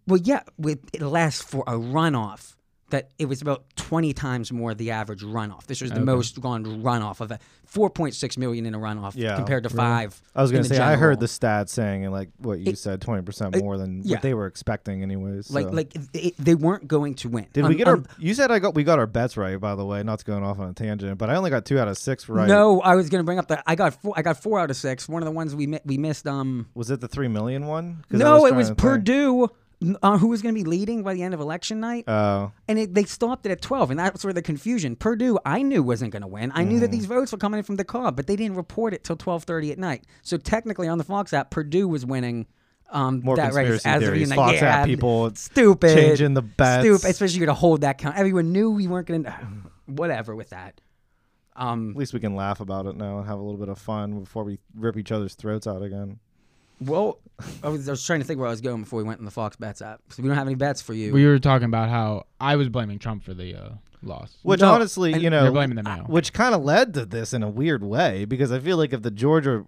Well, yeah, with it lasts for a runoff that it was about 20 times more the average runoff. This was the most gone runoff of a 4.6 million in a runoff Yeah, compared to five. I was in gonna the say I heard general. the stat saying and like what you said, twenty percent more than yeah. what they were expecting, anyways. like so. like it, it- they weren't going to win. Um, uh, Did Un- we get un- our? You said I got we got our bets right, by the way. Not to going off on a tangent, but I only got two out of six right. No, I was going to bring up that I got four. I got four out of six. One of the ones we mi- we missed. Um, was it the three million one? 'Cause I no, it trying was to think. Purdue. n- Uh, who was going to be leading by the end of election night? Oh, and it, they stopped it at 12 and that's where the confusion purdue i knew wasn't going to win i Mm. knew that these votes were coming in from the cob but they didn't report it till 12.30 at night so technically on the fox app purdue was winning um, More that race conspiracy as theories. of Fox Fox app yeah, people stupid changing the bets. stupid especially you to hold that count everyone knew we weren't going to [SIGHS] whatever with that at least we can laugh about it now and have a little bit of fun before we rip each other's throats out again. well I was, I was trying to think where i was going before we went in the fox bets app so we don't have any bets for you We were talking about how I was blaming Trump for the uh, loss. Which No, honestly, you know, They're blaming the mail. which kind of led to this in a weird way because I feel like if the Georgia,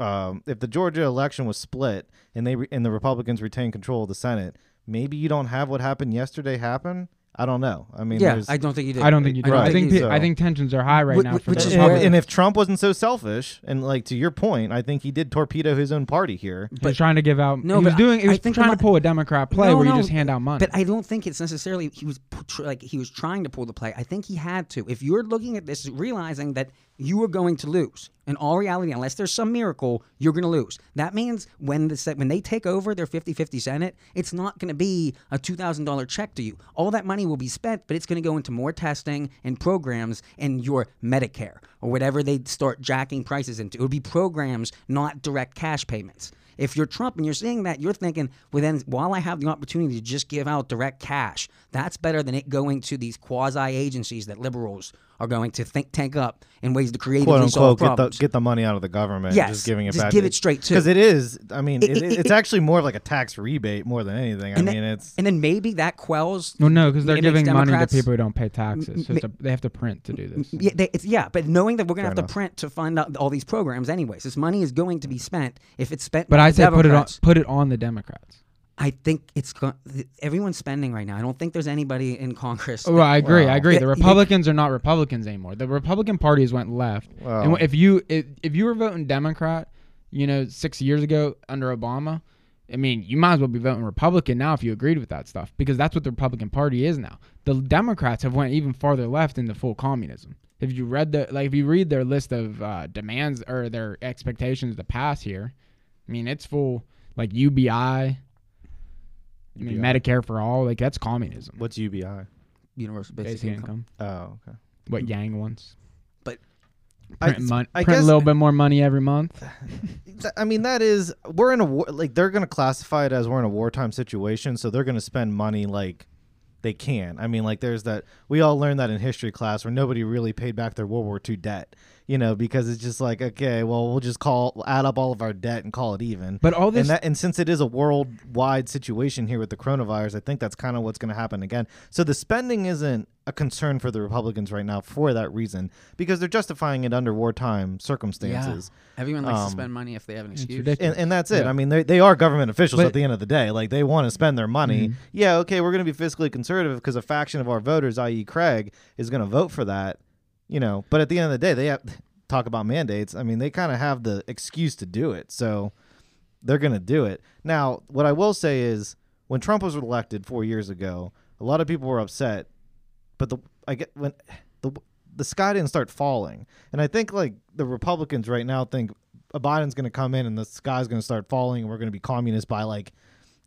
um, if the Georgia election was split and they re- and the Republicans retained control of the Senate, maybe you don't have what happened yesterday happen. I don't know. I mean, yeah there's, i don't think you did I don't think you did. don't I you think pe- did. I think tensions are high right Wh- now. wh- For which the is And, why- Republicans. and if Trump wasn't so selfish, and like to your point, I think he did torpedo his own party here. he was trying to give out. No, he was but doing. He I was think trying to about- pull a Democrat play No, where you no, just hand out money. But I don't think it's necessarily he was p- tr- like he was trying to pull the play. I think he had to. If you're looking at this, realizing that you are going to lose in all reality, unless there's some miracle, you're going to lose. That means when the se- when they take over their 50-50 Senate, it's not going to be a two thousand dollar check to you. All that money will be spent, but it's going to go into more testing and programs and your Medicare or whatever they start jacking prices into. It would be programs, not direct cash payments. If you're Trump and you're seeing that, you're thinking, well, then while I have the opportunity to just give out direct cash, that's better than it going to these quasi agencies that liberals are going to think tank up in ways to creatively "Quote solve unquote," get the problems. get the money out of the government. Yes, just giving it just back. give it straight to- because it is. I mean, it, it- it- it's actually more of like a tax rebate more than anything. I And mean, then- it's and then maybe that quells. well, no, because they're it makes giving money to Democrats- people who don't pay taxes. So it's a, they have to print to do this. Yeah, they, it's, yeah, but knowing that we're going to have to print to fund out all these programs anyways, this money is going to be spent. If it's spent, But by I the say put it on. Democrats- Put it on the Democrats. I think it's go- th- everyone's spending right now. I don't think there's anybody in Congress. Well, I agree. I agree. Yeah, the you- Republicans are not Republicans anymore. The Republican Party has went left. Wow. And if you if, if you were voting Democrat, you know, six years ago under Obama, I mean, you might as well be voting Republican now if you agreed with that stuff because that's what the Republican Party is now. The Democrats have went even farther left into full communism. If you read the like, if you read their list of uh, demands or their expectations to pass here, I mean, it's full like UBI. I mean, Medicare for all, like that's communism. what's UBI? universal basic, Basic income. income Oh, okay. what Yang wants. But I- Print, mon- I print guess- a little bit more money every month. Th- I mean, that is we're in a war. Like they're going to classify it as we're in a wartime situation, so they're going to spend money like they can. I mean, like there's that we all learned that in history class where nobody really paid back their World War II debt. you know, because it's just like, okay, well, we'll just call we'll add up all of our debt and call it even. But all this- and, that, and since it is a worldwide situation here with the coronavirus, I think that's kind of what's going to happen again. So the spending isn't a concern for the Republicans right now for that reason because they're justifying it under wartime circumstances. Everyone likes Um, to spend money if they have an excuse. ridiculous. and, and that's it. Yeah. I mean, they, they are government officials But- Mm-hmm. at the end of the day. Like they want to spend their money. Yeah, okay, we're going to be fiscally conservative because a faction of our voters, i.e., Craig, is going to vote for that. You know, but at the end of the day, they have talk about mandates. I mean, they kind of have the excuse to do it, so they're going to do it. Now, what I will say is, when Trump was elected four years ago, a lot of people were upset but the I get when the the sky didn't start falling, and I think like the Republicans right now think Biden's going to come in and the sky's going to start falling, and we're going to be communist by like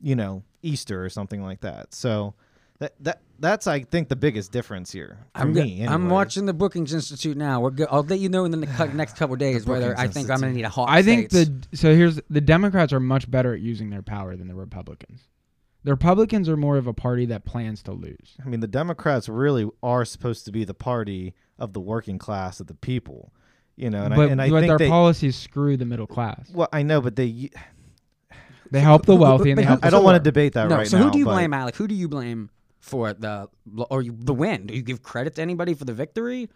you know Easter or something like that. So that that that's I think the biggest difference here for I'm, go- me. I'm anyways. watching the Bookings Institute now. We're go- I'll let you know in the ne- cou- next couple days whether Brookings I think I'm going to need a hawk. I think states. the so here's the Democrats are much better at using their power than the Republicans. The Republicans are more of a party that plans to lose. I mean, the Democrats really are supposed to be the party of the working class of the people, you know. And but I, and I but think their they, policies screw the middle class. well, I know, but they. They help the who- wealthy and but they who- help. I the don't want poor. to debate that no. right so now. who do you but- blame, Alec? Who do you blame for the or you, the win? Do you give credit to anybody for the victory?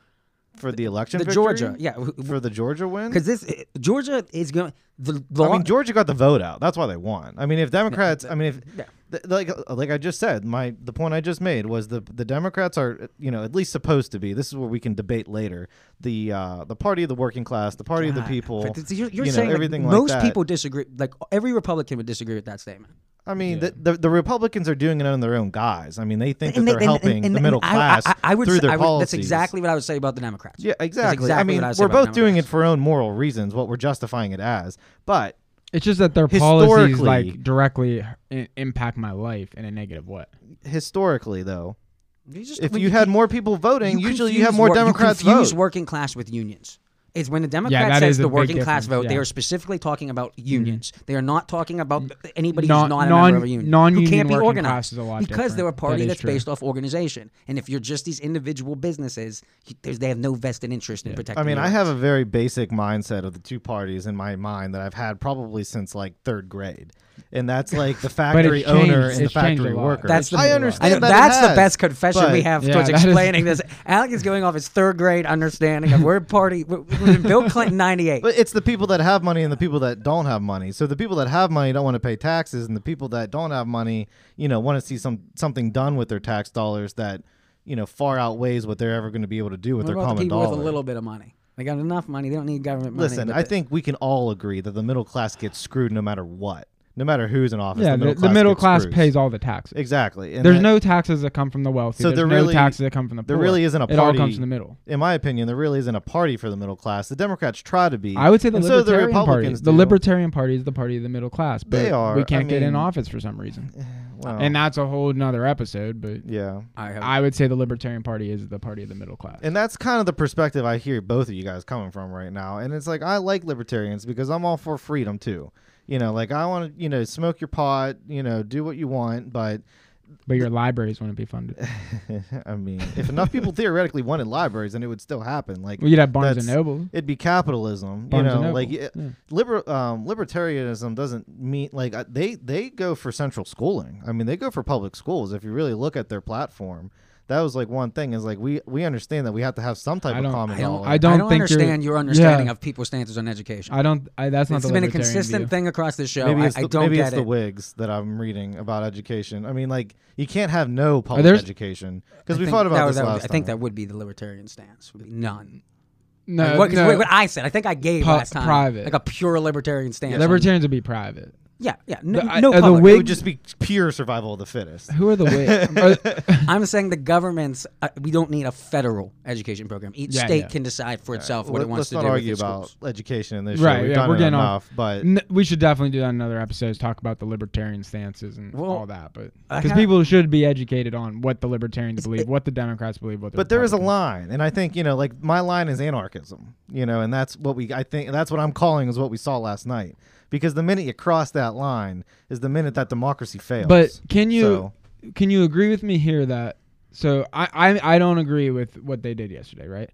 for the election? The victory? Georgia, yeah, who- for the Georgia win. Because this eh, Georgia is going the I law. mean, Georgia got the vote out. That's why they won. I mean, if Democrats, I mean, if th- like like I just said, my the point I just made was the the Democrats are you know at least supposed to be. This is where we can debate later. The uh, the party of the working class, the party of the people. But it's- you're, you're you know, saying like, everything like most that. people disagree. Like every Republican would disagree with that statement. I mean, the, the the Republicans are doing it on their own guise. I mean, they think And that they- they're and- helping and- the and middle I- I- class I, I would through say, their I would- policies. That's exactly what I would say about the Democrats. Yeah, exactly. I exactly mean, what I say we're about both doing it Democrats. for our own moral reasons. What we're justifying it as, but It's just that their policies Historically- like directly i- impact my life in a negative way. historically, though, You just- if when you had more people voting, usually you have confuse more wor- Democrats you confuse vote. working class with unions. It's when the Democrat that says is a the big working class difference, vote, they yeah. Mm-hmm. are specifically talking about unions. They are not talking about anybody Non- who's not a non- member of a union. non-union who can't be working organized class is a lot because different. they're a party That is that's true. based off organization. And if you're just these individual businesses, you- there's, they have no vested interest in protecting. I mean, your I rights. have a very basic mindset of the two parties in my mind that I've had probably since like third grade, and that's like [LAUGHS] the factory changed. owner and the It's changed a factory lot. worker. That's the- I I understand. know, that it that's the has, best confession we but- have Yeah, towards that is- explaining this. Alec is going off his third grade understanding of we're party. We're, [LAUGHS] we're Bill Clinton '98. But it's the people that have money and the people that don't have money. So the people that have money don't want to pay taxes, and the people that don't have money, you know, want to see some something done with their tax dollars that, you know, far outweighs what they're ever going to be able to do with What their about the common people dollar. with a little bit of money? They got enough money. They don't need government money. Listen, but I the- think we can all agree that the middle class gets screwed no matter what, no matter who's in office. yeah, the middle class, gets screwed. pays all the taxes. exactly. And There's that- no taxes that come from the wealthy. So There's there no really- taxes that come from the poor. there really isn't a It all party- comes from the middle. in my opinion, there really isn't a party for the middle class. The Democrats try to be. I would say the and so Libertarian the Party. Republicans The do. Libertarian Party is the party of the middle class, but They are, we I can't get in mean- eh, office for some reason. Well, And that's a whole nother episode, but yeah, I have I would say the Libertarian Party is the party of the middle class. and that's kind of the perspective I hear both of you guys coming from right now. And it's like I like libertarians because I'm all for freedom too. You know, like I want to, you know, smoke your pot, you know, do what you want, but [LAUGHS] but your libraries wouldn't be funded. I mean, if [LAUGHS] enough people theoretically wanted libraries, then it would still happen. Like Well, you'd have Barnes and that's- Noble. It'd be capitalism, Barnes you and know. Noble, Like it- yeah. liber- um, libertarianism doesn't mean like uh, they they go for central schooling. I mean, they go for public schools. If you really look at their platform, that was like one thing is like we we understand that we have to have some type I of don't- common I don't- dollar. I don't I don't think you're- understand your understanding Yeah. of people's stances on education. I don't. I, that's not It's the been a libertarian view. consistent thing across the show. Maybe I, it's I the, don't maybe get it's it. the Whigs that I'm reading about education. I mean, like you can't have no public there's- education because I we think thought about that this would- that would- last I think time. that would be the libertarian stance. Would be none. No, what, 'cause Uh, no. what- what I said, I think I gave Pu- last time. private. like a pure libertarian stance. on- libertarians would be private. yeah, yeah. No, The- I- no uh, the public. it Whig- would just be pure survival of the fittest. Who [LAUGHS] are the Whigs? I'm saying the governments. Uh, we don't need a federal education program. Each Yeah, state yeah. can decide for itself what Uh, Let- it wants let's to not do. with argue its about schools. education in this show. Right, We've yeah, done we're it getting enough, off- but N- we should definitely do that in other episodes. Talk about the libertarian stances and Well, all that, but I because have- people should be educated on what the libertarians believe, what the Democrats believe, what. The but there is a Republicans- line and i think you know like my line is anarchism you know and that's what we i think that's what i'm calling is what we saw last night because the minute you cross that line is the minute that democracy fails But can you So, can you agree with me here that so I, I I don't agree with what they did yesterday, right?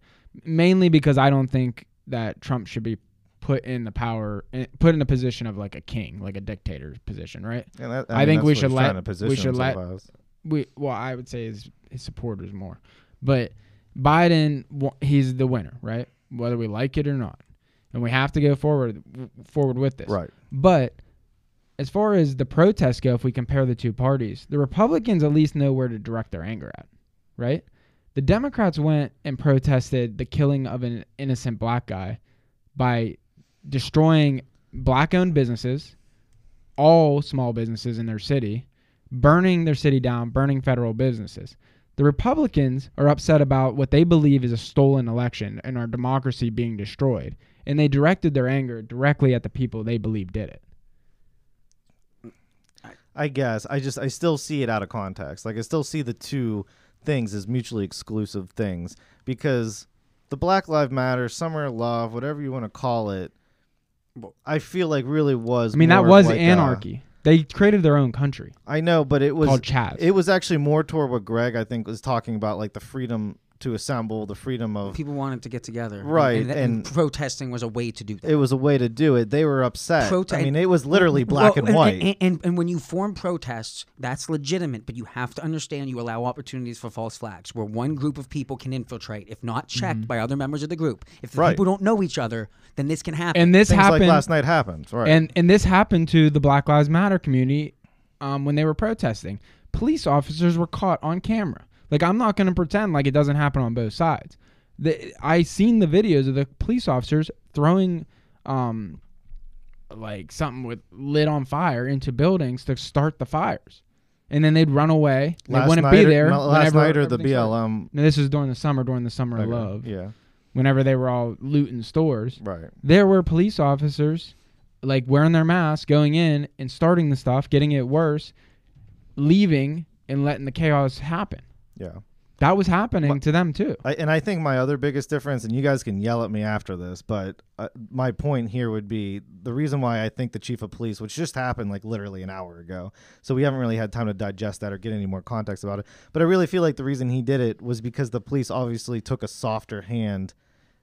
Mainly because I don't think that Trump should be put in the power, in- put in the position of like a king, like a dictator position, right? Yeah, that- I think that's we what should he's let- trying to we position should let- himself as. we well I would say his his supporters more, but Biden wa- he's the winner, right? Whether we like it or not, and we have to go forward forward with this, Right. But as far as the protests go, if we compare the two parties, the Republicans at least know where to direct their anger at, right? The Democrats went and protested the killing of an innocent black guy by destroying black owned businesses, all small businesses in their city, burning their city down, burning federal businesses. The Republicans are upset about what they believe is a stolen election and our democracy being destroyed, and they directed their anger directly at the people they believe did it. I guess I just I still see it out of context. Like I still see the two things as mutually exclusive things because the Black Lives Matter, Summer of Love, whatever you want to call it, I feel like really was. I mean, that more of was like a- anarchy. they created their own country I know, but it was called Chaz. it was actually more toward what Greg I think was talking about, like the freedom to assemble, the freedom of People wanted to get together. and- Right, And, and- protesting was a way to do that. it was a way to do it. They were upset. Prota- I mean, it was literally black Well, and white. And, and, and when you form protests, that's legitimate, but you have to understand you allow opportunities for false flags where one group of people can infiltrate if not checked by other members of the group. If the Mm-hmm. Right. people don't know each other, then this can happen. and this Things happened like last night happened. Right. and and this happened to the Black Lives Matter community um, when they were protesting. Police officers were caught on camera. Like I'm not going to pretend like it doesn't happen on both sides. The, I seen the videos of the police officers throwing um, like something with lit on fire into buildings to start the fires, and then they'd run away. They last wouldn't night be or- there. no, last whenever night or the everything started. BLM. No, this is during the summer, during the summer of love, Yeah. whenever they were all looting stores Right. there were police officers like wearing their masks going in and starting the stuff getting it worse leaving and letting the chaos happen Yeah. that was happening to them too I, and I think my other biggest difference, and you guys can yell at me after this, but uh, my point here would be the reason why I think the chief of police, which just happened like literally an hour ago, so we haven't really had time to digest that or get any more context about it. But I really feel like the reason he did it was because the police obviously took a softer hand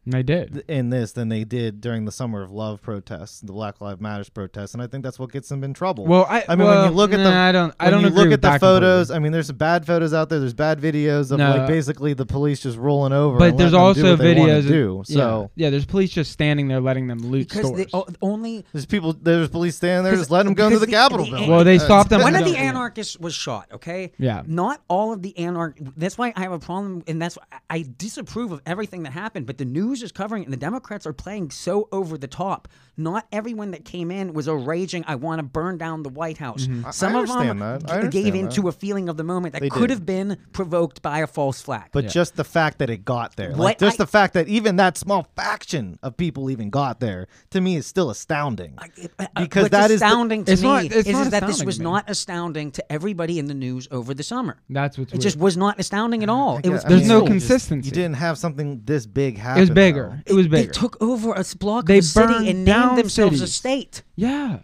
and they did in this than they did during the Summer of Love protests, the Black Lives Matters protests, and I think that's what gets them in trouble. well i, I mean, when well, you look at the, nah, i don't i when don't you agree look with at the that photos. completely. I mean, there's bad photos out there. There's bad videos of No. like basically the police just rolling over. but and there's letting them also do what they wanna videos of- do. yeah. So yeah, there's police just standing there letting them loot because stores the o- only there's people. There's police standing there. 'Cause- Just let them go into because the, the- Capitol the- building. [LAUGHS] well they stopped them one from of the going in. anarchists was shot. Okay. Yeah. Not all of the anarch. That's why I have a problem, and that's why I- I disapprove of everything that happened. But the news is covering it, and the Democrats are playing so over the top. Not everyone that came in was a raging. I want to burn down the White House. Some Mm-hmm. I of them understand that. I g- gave understand into a feeling of the moment that They could did. have been provoked by a false flag. [LAUGHS] But just the fact that it got there, like What just I- the fact that even that small faction of people even got there, to me is still astounding. because uh, What's that is the- astounding It's to not- me is, it's not is that this astounding was to me. not astounding to everybody in the news over the summer. that's what's It weird. just was not astounding at all. It was I mean, There's no still, just- consistency. You didn't have something this big happen. it was though. bigger it was bigger They took over a s- block They of a burned city and down named themselves a cities. state. yeah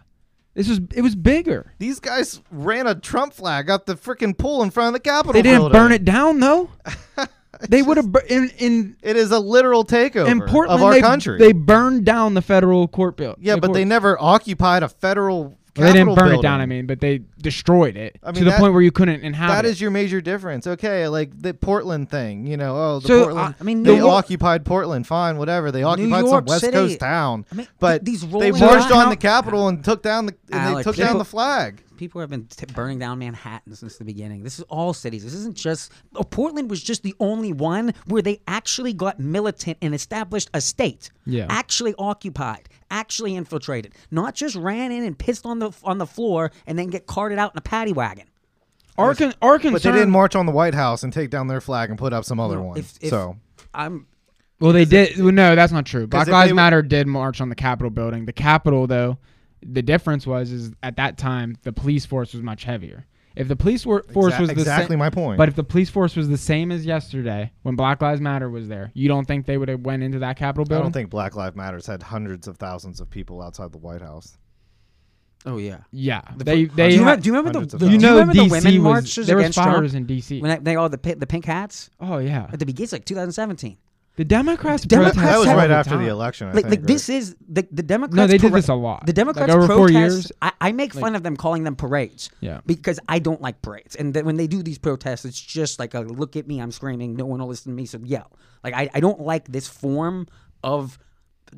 this was it was bigger These guys ran a Trump flag up the freaking pole in front of the Capitol. They didn't building. burn it down [LAUGHS] though. they would have bur- in in It is a literal takeover in Portland. of our they, country. They burned down the federal court bill. yeah, the but court- they never occupied a federal. Well, they didn't Capitol burn it down. building. I mean, but they destroyed it I to mean, the that- point where you couldn't inhabit. that it. is your major difference. Okay, like the Portland thing. You know, oh, the So, Portland. I- I mean, they New York- occupied Portland. Fine, whatever. They occupied some York West City. Coast town. I mean, th- but these they rolling marched down- on the Capitol and took down the. And they Alex, took people- down the flag. People have been t- burning down Manhattan since the beginning. This is all cities. This isn't just oh, Portland was just the only one where they actually got militant and established a state. Yeah. Actually occupied, actually infiltrated, not just ran in and pissed on the on the floor and then get carted out in a paddy wagon. our, con- our concern. But they didn't march on the White House and take down their flag and put up some other one. um, If, if so I'm well, they did. well, no, that's not true. Black if Lives they were- Matter did march on the Capitol building. The Capitol, though, the difference was is at that time the police force was much heavier. If the police wor- force Exa- was the exactly same, my point. But if the police force was the same as yesterday when Black Lives Matter was there, you don't think they would have went into that Capitol I building? um, don't think Black Lives Matters had hundreds of thousands of people outside the White House. Oh yeah. Yeah, they they Do you, remember, had- do you remember hundreds the, of the, do thousands. You you know remember the DC women was- marches there was against Trump? fires in DC. When they, they all the pi- the pink hats oh yeah, at the beginning, it's like 2017. The Democrats. Democrats That's protest That was how- all right the after time. the election. I Like, think, like this is the the Democrats. No, they did parade- this a lot. The Like, Democrats over four protest. years, I, I make fun of them calling them parades. Yeah. Because I don't like parades, and then when they do these protests, it's just like a look at me, I'm screaming, no one will listen to me, so yell. Like I, I don't like this form of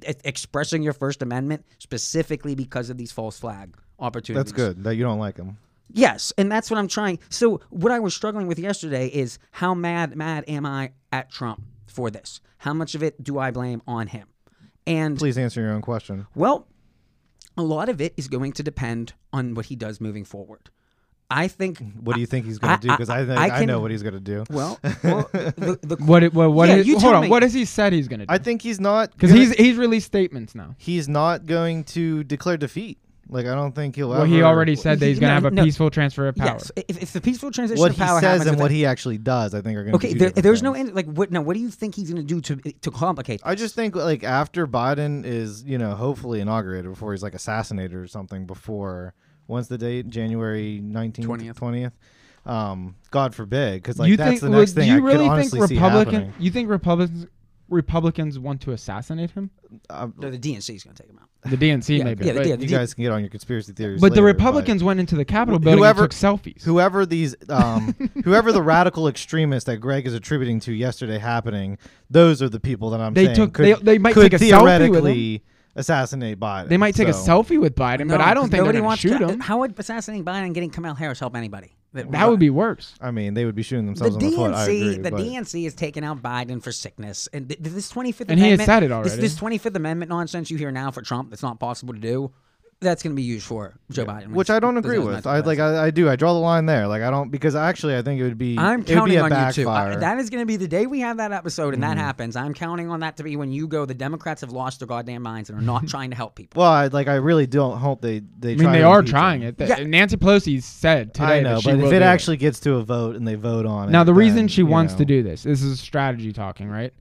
e- expressing your First Amendment specifically because of these false flag opportunities. That's good that you don't like him. Yes, and that's what I'm trying. So what I was struggling with yesterday is how mad mad am I at Trump for this? How much of it do I blame on him? And Please answer your own question. well, a lot of it is going to depend on what he does moving forward. I think. What do you think he's going I- to do? Because I, I- think I I know can- what he's going to do. [LAUGHS] Well, well the, the, What? It, well, what Yeah, is- you hold tell on. me. What has he said he's gonna do? I think he's not Because gonna- he's he's released statements now. he's not going to declare defeat. Like I don't think he'll. Well, he ever- already said that he's gonna No, have a no. peaceful transfer of power. yes, if, if the peaceful transition what of he power says happens, and if what it- he actually does. I think are going to okay, there, there's no end, like what? No, what do you think he's going to do to to complicate? I just think like after Biden is you know hopefully inaugurated before he's like assassinated or something before when's the date January nineteenth 20th. twentieth. Um, God forbid, because like you that's think? the next would- thing do you I could really honestly think see Republican? happening. You think Republicans Republicans want to assassinate him? Uh, No, the DNC is going to take him out. The DNC Yeah, maybe. yeah, the but, DNC. you guys can get on your conspiracy theories. but the later, Republicans went into the Capitol Wh- building whoever- and took selfies. whoever these [LAUGHS] um, whoever the radical extremists that Greg is attributing to yesterday happening, those are the people that I'm They saying took- could, they- they might could take a selfie with him. theoretically assassinate Biden. they might take So, a selfie with Biden, No, but I 'cause don't think they're nobody gonna wants shoot to, him. How would assassinating Biden and getting Kamala Harris help anybody? That would be worse. I mean, they would be shooting The themselves in the foot. I DNC, agree, the but- DNC has taken out Biden for sickness, and th- this 25th And he has Amendment. said it this- already. This, 25th Amendment nonsense you hear now for Trump that's not possible to do. That's going to be used for Joe Biden, when which he's- I don't doesn't agree have with. natural I like. gas. I, I do. I draw the line there. Like I don't because actually I think it would be. I'm it would be counting a on you too. I- backfire. Mm-hmm. that is going to be the day we have that episode, and that happens. I'm counting on that to be when you go. The Democrats have lost their goddamn minds and are [LAUGHS] not trying to help people. well, I, like I really don't hope they they. I mean, try they to are impeach trying him. it. Th- Yeah. Nancy Pelosi said today I know, that she but will if do it actually gets to a vote and they vote on it, Now, the reason then, she you wants know. to do this, this is strategy talking, right?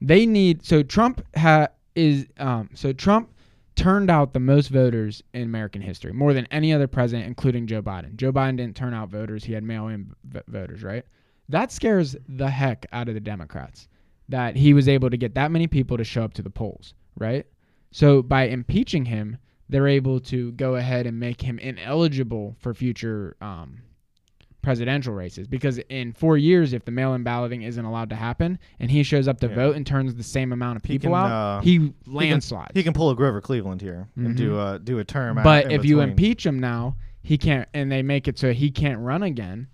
They need so Trump ha, is um, so Trump turned out the most voters in American history, more than any other president, including Joe Biden. Joe Biden didn't turn out voters; he had mail-in v- voters, right? That scares the heck out of the Democrats that he was able to get that many people to show up to the polls, right? So by impeaching him, they're able to go ahead and make him ineligible for future um, presidential races because in four years, if the mail-in balloting isn't allowed to happen and he shows up to Yeah. vote and turns the same amount of He people can, out, uh, he landslides. Mm-hmm. He can pull a Grover Cleveland here and do a do a term. out but in if you between. impeach him now, he can't, and they make it so he can't run again.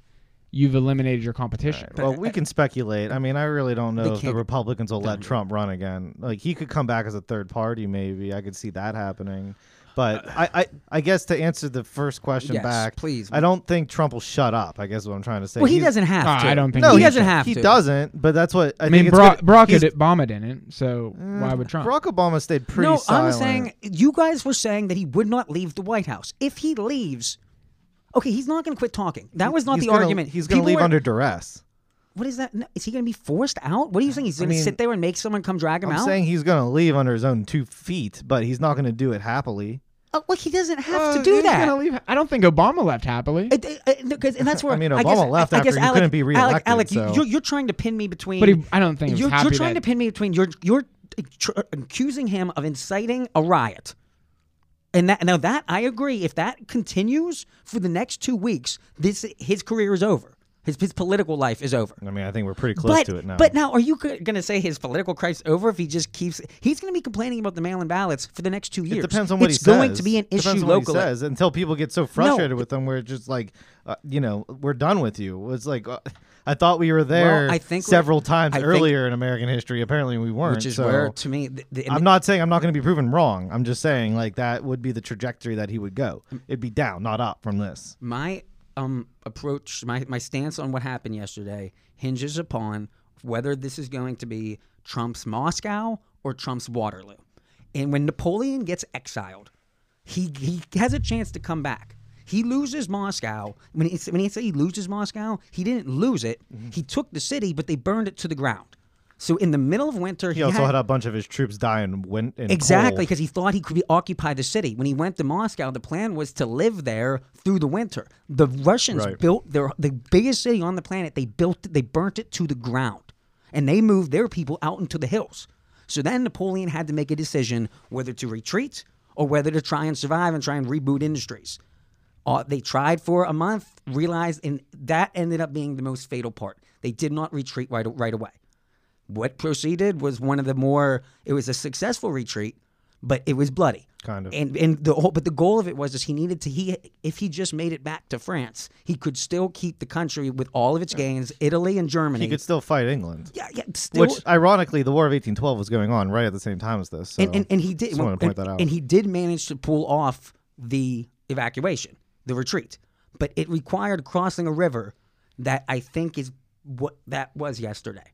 You've eliminated your competition. well, we can speculate. I mean, I really don't know if the can't- Republicans will let Trump run again. Like he could come back as a third party, maybe. I could see that happening. But I, I, I guess to answer the first question Uh, Yes, back, please. I don't think Trump will shut up. I guess is what I'm trying to say. Well, he He's- doesn't have Ah, to. I don't think No, he, he doesn't should. have He to. doesn't. But that's what I, I mean, think. it's Barack, gonna- Barack he's- Uh, Obama didn't, so why would Trump? Barack Obama stayed pretty No, silent. I'm saying you guys were saying that he would not leave the White House. If he leaves, okay, he's not going to quit talking. That was not He's the gonna- argument. He's going to People leave were- under duress. What is that? No, Is he going to be forced out? What do you think? He's going to mean, sit there and make someone come drag him I'm out? saying he's going to leave under his own two feet, but he's not going to do it happily. oh, look, he doesn't have Uh, to do he's that. gonna leave- I don't think Obama left happily, It- it- it- no, 'cause- and that's where [LAUGHS] I mean, guess, Obama left I, I guess after he Alec, couldn't be Alec, reelected, Alec, you- so- you're, you're trying to pin me between. but he, I don't think he was you're, happy you're trying that- to pin me between. You're you're tr- accusing him of inciting a riot, and that now that I agree. If that continues for the next two weeks, this his career is over. His his political life is over. I mean, I think we're pretty close but, to it now. But now, are you going to say his political crisis over if he just keeps? He's going to be complaining about the mail-in ballots for the next two years. It depends on what it's he going says. to be an Depends issue on what he locally. says, until people get so frustrated with him, we're just like, uh, you know, we're done with you. It's like uh, I thought we were there I think we- several times I think- earlier in American history. Apparently, we weren't. Which is so where, to me, the, the, I'm not saying I'm not going to be proven wrong. I'm just saying like that would be the trajectory that he would go. It'd be down, not up from this. my um approach my my stance on what happened yesterday hinges upon whether this is going to be Trump's Moscow or Trump's Waterloo. And when Napoleon gets exiled, he he has a chance to come back. He loses Moscow. When he, when he said he loses Moscow, he didn't lose it. Mm-hmm. He took the city, but they burned it to the ground. So in the middle of winter, He also had a bunch of his troops die and went in Exactly, cold. because he thought he could be, occupy the city. When he went to Moscow, the plan was to live there through the winter. The Russians Right. built their the biggest city on the planet. They built it. They burnt it to the ground. and they moved their people out into the hills. So then Napoleon had to make a decision whether to retreat or whether to try and survive and try and reboot industries. Uh, they tried for a month, realized, and that ended up being the most fatal part. They did not retreat right, right away. What proceeded was one of the more, it was a successful retreat, but it was bloody. Kind of. And and the whole, but the goal of it was is he needed to he if he just made it back to France, he could still keep the country with all of its gains, Italy and Germany. He could still fight England. yeah, yeah, still, Which, ironically, the War of 1812 was going on right at the same time as this. So and, and, and he did Just wanted to point and- that out. and he did manage to pull off the evacuation the retreat but it required crossing a river that i think is what that was yesterday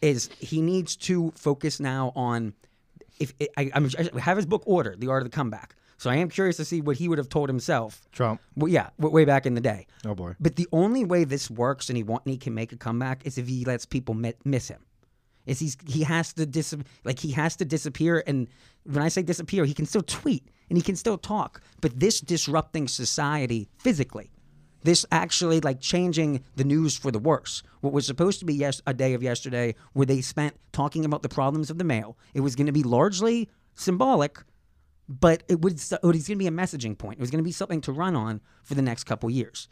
is he needs to focus now on if I, I'm, I have his book order the art of the comeback so i am curious to see what he would have told himself Trump. well, yeah w- way back in the day Oh boy. but the only way this works and he want and he can make a comeback is if he lets people mi- miss him. Is he's he has to dis like he has to disappear and when I say disappear, he can still tweet and he can still talk. But this disrupting society physically, this actually like changing the news for the worse. What was supposed to be yes a day of yesterday where they spent talking about the problems of the mail. It was going to be largely symbolic but it would it was going to be a messaging point. It was going to be something to run on for the next couple years.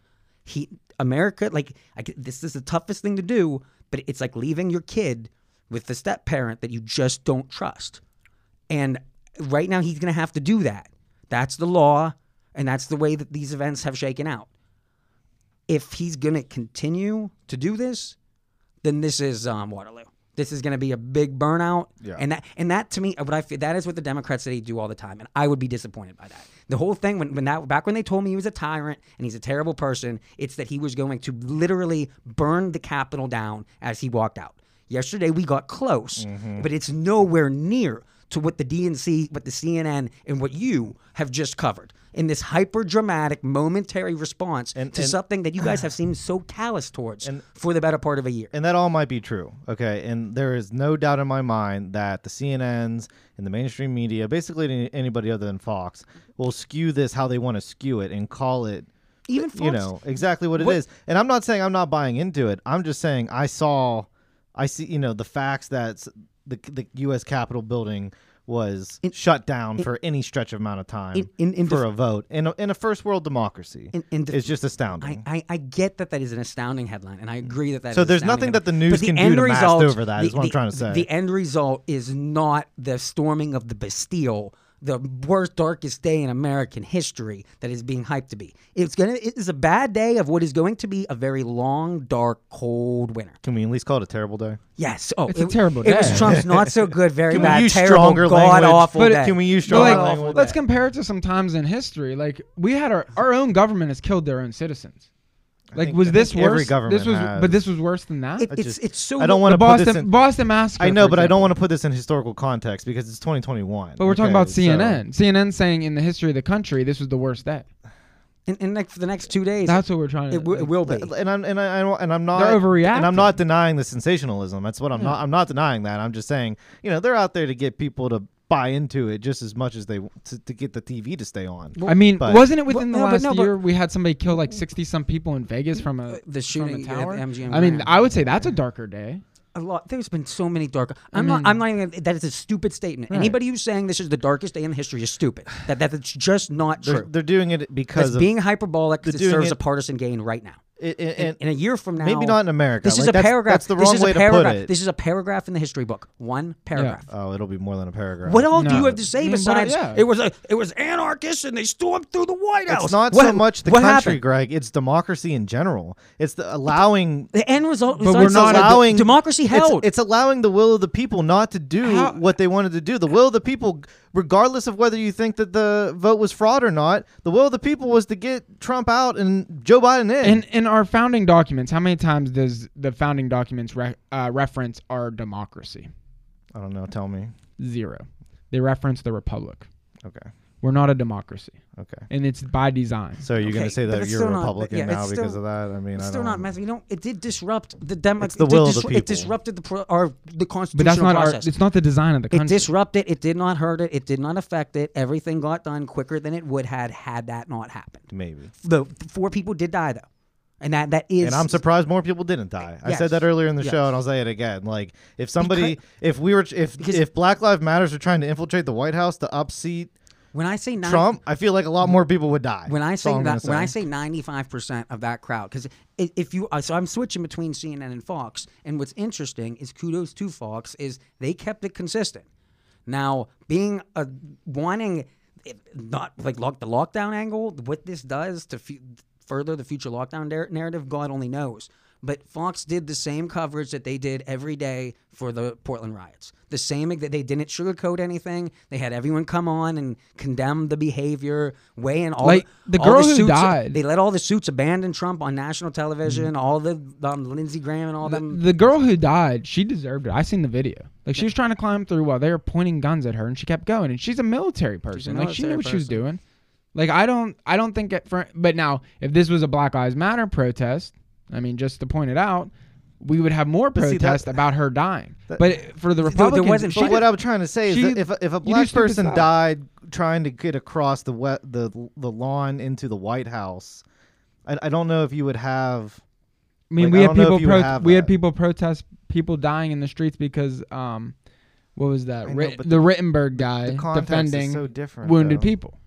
He America like I, get- this is the toughest thing to do, but it's like leaving your kid with the step parent that you just don't trust. And right now he's going to have to do that. That's the law and that's the way that these events have shaken out. If he's going to continue to do this, then this is um, Waterloo. This is going to be a big burnout, Yeah. and that and that to me, what I feel that is what the Democrats today do all the time, and I would be disappointed by that. The whole thing when, when that back when they told me he was a tyrant and he's a terrible person, it's that he was going to literally burn the Capitol down as he walked out. Yesterday we got close, Mm-hmm. but it's nowhere near to what the DNC, what the CNN, and what you have just covered in this hyper dramatic, momentary response And- to and- something that you guys [SIGHS] have seemed so callous towards for the better part of a year. and that all might be true okay and there is no doubt in my mind that the cnn's and the mainstream media basically any- anybody other than fox will skew this how they want to skew it and call it Even uh, you Fox- know exactly what it is. What- and i'm not saying i'm not buying into it i'm just saying i saw i see you know the facts that the, the us capitol building was shut down for any stretch of amount of time in- in- in for def- a vote in a, in a first world democracy In- in def- it's just astounding I, I, I get that that is an astounding headline, and I agree that that. Mm. So is an there's astounding nothing that the headline. news But can do end to mask result- over that, is what I'm trying to say. The end result is not the storming of the Bastille, the worst, darkest day in American history that is being hyped to be. It's gonna. It is a bad day of what is going to be a very long, dark, cold winter. can we at least call it a terrible day Yes. Oh, It's a it, terrible It was day. Trump's not so [LAUGHS] good, very Can we bad, use terrible, stronger god language? awful But day. can we use But, stronger like, awful language? let's compare it to some times in history. Like we had our our own government has killed their own citizens. Like think- was I this think every worse? government this was, has. but this was worse than that. It- I it's just- it's so. I don't low- the want to put this Boston in. Boston massacre. I know, for but I don't example. want to put this in historical context because it's 2021. But we're talking okay, about so- CNN. CNN saying in the history of the country, this was the worst day. And, and like for the next two days, That's what we're trying to. it, w- it like, will be. and I'm and I I don't- and I'm not They're overreacting. And I'm not denying the sensationalism. That's what I'm not. I'm not denying that. I'm just saying, you know, they're out there to get people to buy into it just as much as they to, to get the TV to stay on. I mean, But- wasn't it Well, within no, the but last no, but- year we had somebody kill like sixty some people in Vegas from a the shooting from a tower? at MGM I mean, Grand. I would say that's a darker day. a lot. There's been so many dark. I'm not. I'm not even. That is a stupid statement. Anybody who's saying this is the darkest day in history is stupid. That that's just not They're, true. they're doing it That's because of being hyperbolic. 'cause they're It doing serves it- a partisan gain right now. it, it, In, and, in a year from now, maybe not in America. This is Like, a that's- paragraph. that's the this wrong is way a to put paragraph. it. This is a paragraph in the history book. One paragraph. oh, it'll be more than a paragraph. What all do No. you have to say Mm, but, besides yeah. it was a, it was anarchists and they stormed through the White House? It's not What- so much the what country, happened? Greg. It's democracy in general. It's the allowing The end result. But we're is not that allowing democracy it's- held. It's, allowing the will of the people not to do How- what they wanted to do. The will of the people, regardless of whether you think that the vote was fraud or not, the will of the people was to get Trump out and Joe Biden in. In in our founding documents, how many times does the founding documents re- uh, reference our democracy? I don't know. Tell me. Zero. They reference the republic. Okay. We're not a democracy, Okay. and it's by design. So you're Okay, gonna say but that it's you're still a not- Republican yeah, it's now because still- of that? I mean, It's I still don't. not messing. You know, it did disrupt the demo. It's the will of the It people. disrupted the pro- or the constitutional But that's not our. process. It's not the design of the it country. disrupted. It did not hurt it. It did not affect it. Everything got done quicker than it would had had that not happened. Maybe. The four people did die though. and that that is. and I'm surprised more people didn't die. I Yes. said that earlier in the Yes. show, and I'll say it again. Like if somebody, if we were, if Because- if Black Lives Matters are trying to infiltrate the White House to upseat When I say nine, Trump, I feel like a lot more people would die. when I That's all say I'm gonna that, when I say ninety five percent of that crowd, because if you uh, so I'm switching between CNN and Fox, and what's interesting is kudos to Fox is they kept it consistent. Now being a wanting it- not like lock the lockdown angle, what this does to fu- further the future lockdown dar- narrative, God only knows. But Fox did the same coverage that they did every day for the Portland riots. The same that they didn't sugarcoat anything. They had everyone come on and condemn the behavior, weigh in all Like, the all girl who suits- died. They let all the suits abandon Trump on national television. All the um, Lindsey Graham and all them. The girl who died, she deserved it. I seen the video. Like she was trying to climb through while they were pointing guns at her, and she kept going. And she's a military person. like she military knew what she was person. doing. Like I don't, I don't think. It, for, but now, if this was a Black Lives Matter protest, I mean, just to point it out, we would have more see, that- protests about her dying. that- but for the Republicans, wasn't- she But what did- I'm trying to say she- is that if a, if you a do black stupid person stuff. died trying to get across the we- the the lawn into the White House, I, I don't know if you would have. I mean, Like, we I had don't know if people you would pro- have we had that. people protest people dying in the streets because um, what was that? I know, Ri- the, but the- Rittenberg guy The context defending is so different. wounded though. people.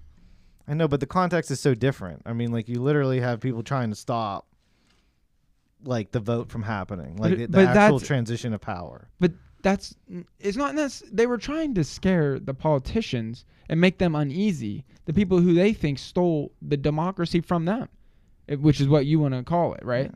I know, but the context is so different. I mean, like you literally have people trying to stop, like the vote from happening, like it- the, but the actual that's- transition of power. But that's it's not necess- they were trying to scare the politicians and make them uneasy, the people who they think stole the democracy from them, eh, which is what you want to call it, right?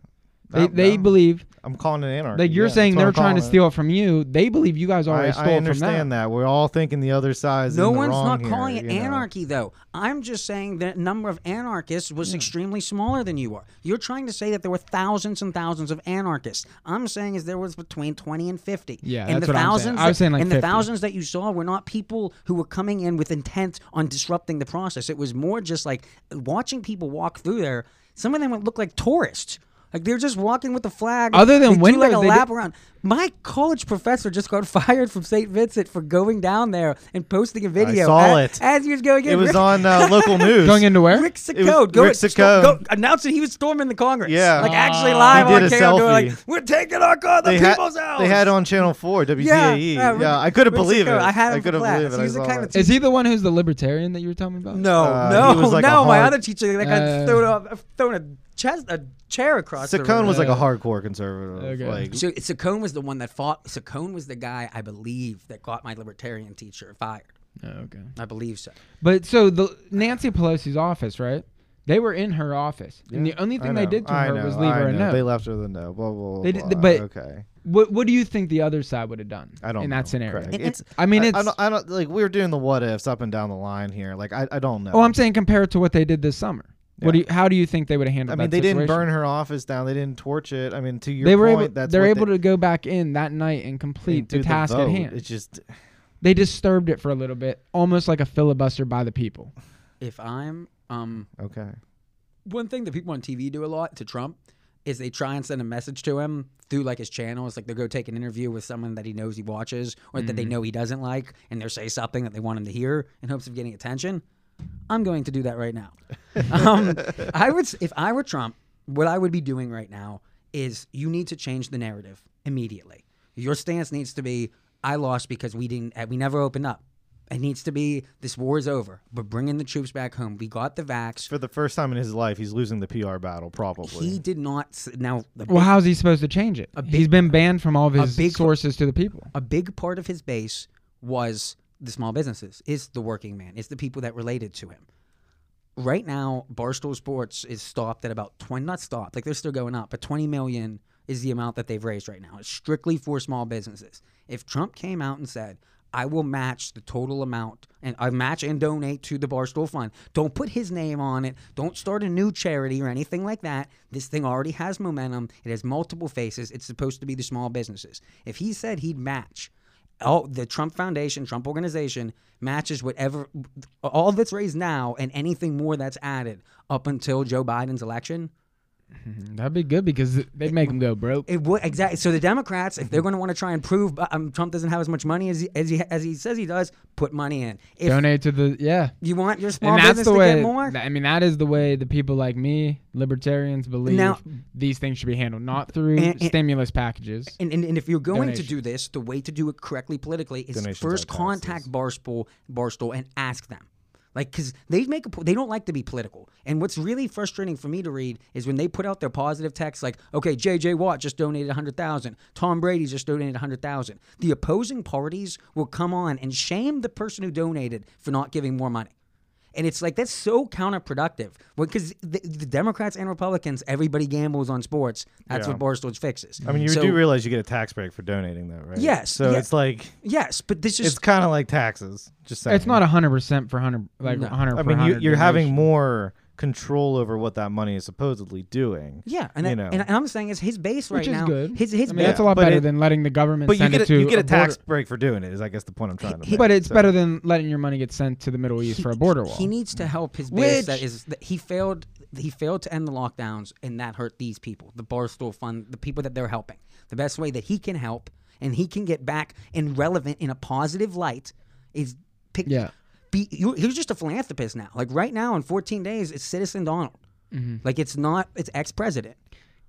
They, No, they no. believe I'm calling it anarchy. like you're yeah, that's saying what they're I'm trying to calling it. steal it from you. They believe you guys I, already I stole it from them. understand that. We're all thinking the other side's No in the one's wrong not here, calling it you know? anarchy, though. I'm just saying the number of anarchists was extremely smaller than you are. You're trying to say that there were thousands and thousands of anarchists. I'm saying is there was between 20 and 50. Yeah, and that's the what I'm saying. thousands I was that- saying, like, and the 50. thousands that you saw were not people who were coming in with intent on disrupting the process. It was more just like watching people walk through there. Some of them would look like tourists. Like they're just walking with the flag. Other than They do, like windows, a they lap did- around. My college professor just got [LAUGHS] fired from St. Vincent for going down there and posting a video. saw as, it. as he was going in. It was Rick- [LAUGHS] on uh, local news. Going into [LAUGHS] where? Rick was Saccone. Go, Rick sto- Saccone. go announcing he was storming the Congress. Yeah. Like actually Ah. live He on did a camera going like, selfie. we're taking our car, the they had, people's house. they had on Channel Four, WTAE. yeah, E. Yeah, Rick- I couldn't Rick believe it. Saccone. I had him I for couldn't class. believe it. He I was the saw kind it. of Is he the one who's the libertarian that you were telling me about? no, Uh, he no, was like a no. My hard- other teacher, that guy Uh, thrown a thrown a chest a chair across. the room. Saccone was like a Yeah. hardcore conservative. Okay. Like So Saccone was the one that fought. Saccone was the guy I believe that got my libertarian teacher fired. Oh, okay. I believe so. But so the Nancy Pelosi's office, right? They were in her office, and the only I thing they know, did to I her know, was leave I her a know. They note. left her the note. Blah blah. blah They did- blah. but- okay, What What do you think the other side would have done? I don't. in know, that scenario. Craig. And- It's. I mean, I- it's. I, don't, I don't like. We were doing the what ifs up and down the line here. Like I, I don't know. oh, I'm saying compare it to what they did this summer. What do Yeah. you, How do you think they would have I handled? mean, that they didn't burn situation? her office down. They didn't torch it. I mean, to your They were point, able. that's They're what able they, to go back in that night and they complete do the task vote. at hand. It's just they disturbed it for a little bit, almost like a filibuster by the people. [LAUGHS] If I'm um okay. one thing that people on TV do a lot to Trump is they try and send a message to him through like his channels. Like they'll go take an interview with someone that he knows he watches or that they know he doesn't like, and they'll say something that they want him to hear in hopes of getting attention. I'm going to do that right now. um, I would, s- if I were Trump, what I would be doing right now is you need to change the narrative immediately. Your stance needs to be, I lost because we didn't, uh, we never opened up. It needs to be this war is over. We're bringing the troops back home. We got the vax. For the first time in his life, he's losing the PR battle. Probably. He did not. s- Now, a Well, big, how's he supposed to change it? He's been banned from all of his big- sources to the people. a big part of his base was the small businesses, is the working man, is the people that related to him. Right now, Barstool Sports is stopped at about 20, not stopped, like they're still going up, but 20 million is the amount that they've raised right now. It's strictly for small businesses. If Trump came out and said, I will match the total amount and I match and donate to the Barstool Fund. Don't put his name on it. Don't start a new charity or anything like that. This thing already has momentum. It has multiple faces. It's supposed to be the small businesses. If he said he'd match, all Oh, the Trump Foundation, Trump organization matches whatever all that's raised now and anything more that's added up until Joe Biden's election. That'd be good because th- they'd make him go broke. It would exactly. So the Democrats, if they're going to want to try and prove um, Trump doesn't have as much money as he, as he as he says he does, put money in. If Donate to the yeah. you want your small And that's business the to way. get more, th- I mean, that is the way the people like me, libertarians, believe Now- these things should be handled, not through And- and- stimulus packages. And, and, and if you're going Donation. to do this, the way to do it correctly politically is Donations first are contact Barstool, Barstool and ask them. Like, because they make a, po- they don't like to be political. And what's really frustrating for me to read is when they put out their positive text, like, okay, J.J. Watt just donated 100000 Tom Brady just donated 100000 The opposing parties will come on and shame the person who donated for not giving more money. And it's like that's so counterproductive because the, the Democrats and Republicans, everybody gambles on sports. That's Yeah. what Barstool fixes. I mean, you So- do realize you get a tax break for donating, though, right? Yes, So yeah. it's like Yes, but this it's is kind of like taxes. Just saying. It's not hundred percent for hundred, like No. hundred. I mean, you, you're having more control over what that money is supposedly doing. yeah, and, you I- know. and I'm saying is his base right which is now. good. His his I mean, base, that's a lot but better it- than letting the government But you send get it a, to you get a tax border- break for doing it. Is I guess the point I'm trying to make. But it's So- better than letting your money get sent to the Middle East for a border wall. he needs to help his base. Which- that is that he failed. He failed to end the lockdowns, and that hurt these people, the barstool fund, the people that they're helping. The best way that he can help and he can get back and relevant in a positive light is pick. Yeah. Be, you, he's just a philanthropist now. Like right now, in 14 days, it's Citizen Donald. Mm-hmm. Like it's not. It's ex president.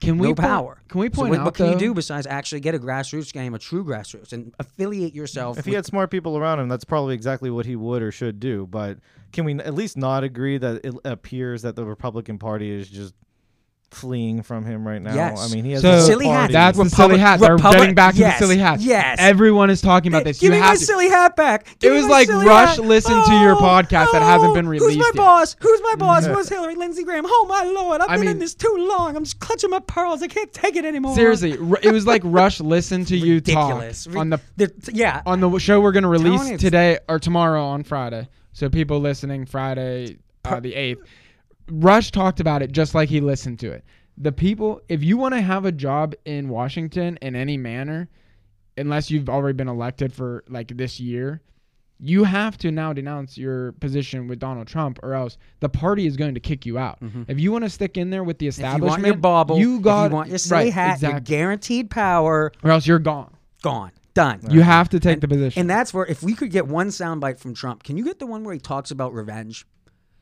can we no po- power. Can we So point what, out what can you though- do besides actually get a grassroots game, a true grassroots, and affiliate yourself? If he had smart people around him, that's probably exactly what he would or should do. But can we at least not agree that it appears that the Republican Party is just fleeing from him right now? Yes. I mean, he has So a Silly hats. party. That's the silly Republic- hat. They're Republic- getting back yes, to the silly hat. yes. Everyone is talking about Hey, this. Give you me have my to- silly hat back. Give me was my like silly Rush hat. listened to your Oh, podcast that hasn't been Who's my released yet. boss? Who's my [LAUGHS] boss? Who's Hillary? Lindsey Graham? Oh my lord! I've I been mean- in this too long. I'm just clutching my pearls. I can't take it anymore. Seriously, r- [LAUGHS] it was like Rush listened to you talk ridiculous. Re- on the the- yeah. on the show we're gonna you, release it's- today or tomorrow on Friday. So people listening Friday, uh, the eighth, Rush talked about it just like he listened to it. The people, if you want to have a job in Washington in any manner, unless you've already been elected for like this year, you have to now denounce your position with Donald Trump, or else the party is going to kick you out. If you want to stick in there with the Mm-hmm. if you establishment, want your bauble, you got if you want your silly right, hat, your exactly, guaranteed power or else you're gone. gone, done. You have to take the position. And that's where, if we could get one soundbite from Trump, can you get the one where he talks about revenge?